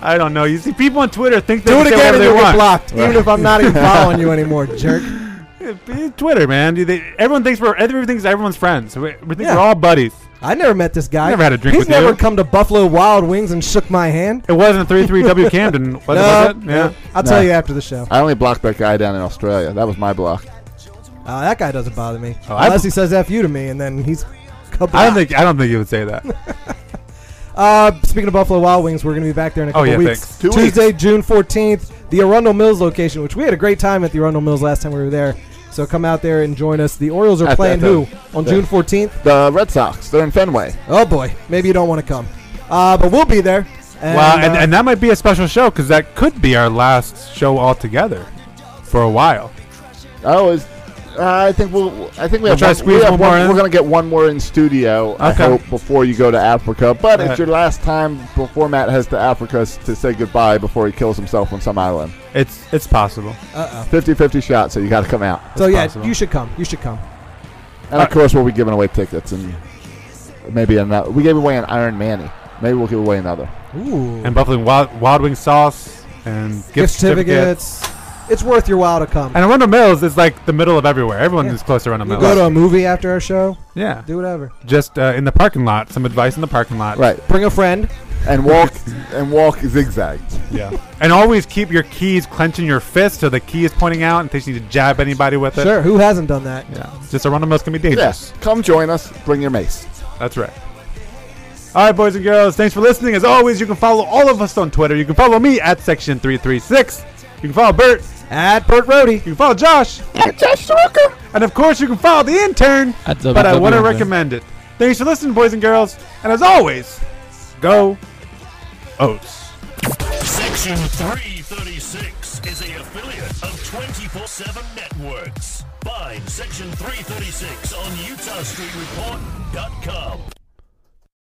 I don't know. You see, people on Twitter think they Do can it say again whatever and they you'll get want. blocked, even if *laughs* I'm not even following you anymore, jerk. It's Twitter, man. They- Everyone thinks we're everyone thinks everyone's friends. We, we think Yeah. we're all buddies. I never met this guy. Never had a drink He's with never you. come to Buffalo Wild Wings and shook my hand. It wasn't three three *laughs* W Camden. Was, No, was it? Yeah. I'll tell you after the show. I only blocked that guy down in Australia. That was my block. Uh, that guy doesn't bother me Oh, I- unless he says "f you" to me, and then he's. I don't think I don't think you would say that. Uh, speaking of Buffalo Wild Wings, we're going to be back there in a Oh, couple yeah, weeks. thanks. Two Tuesday, June fourteenth, the Arundel Mills location, which we had a great time at the Arundel Mills last time we were there. So come out there and join us. The Orioles are At the- playing at the- who on the- June fourteenth? The Red Sox. They're in Fenway. Oh boy, maybe you don't want to come, uh, but we'll be there. And, well, and, uh, and that might be a special show because that could be our last show altogether for a while. Oh, is uh, I think we'll. I think we We'll have. try one, to squeeze we have one more in. We're gonna get one more in studio. I Okay. hope before you go to Africa. But Right. it's your last time before Matt heads to Africa s- to say goodbye before he kills himself on some island. It's it's possible. uh-oh. 50-50 shot, so you got to come out. uh, so yeah, possible. you should come. You should come. And of course, we'll be giving away tickets and maybe another. We gave away an Iron Manny. Maybe we'll give away another. Ooh. And buffalo wild, wild wing sauce and gift, Gift certificates. certificates. It's worth your while to come. And Arundel Mills is like the middle of everywhere. Everyone is close to Arundel You Mills. go to a movie after our show. Yeah. Do whatever. Just uh, in the parking lot. Some advice in the parking lot. Right. Bring a friend. And *laughs* walk and walk zigzag. Yeah. And always keep your keys clenching your fist so the key is pointing out in case you need to jab anybody with it. Sure. Who hasn't done that? Yeah. Just Arundel Mills can be dangerous. Yes. Come join us. Bring your mace. That's right. All right, boys and girls, thanks for listening. As always, you can follow all of us on Twitter. You can follow me at Section336. You can follow Bert at Bert Rohde. You can follow Josh at Josh Walker. And of course, you can follow the intern, At but I want to WWF. recommend it. Thanks for listening, boys and girls. And as always, go Oats. Section 336 is a affiliate of 24 7 Networks. Find Section 336 on UtahStreetReport.com.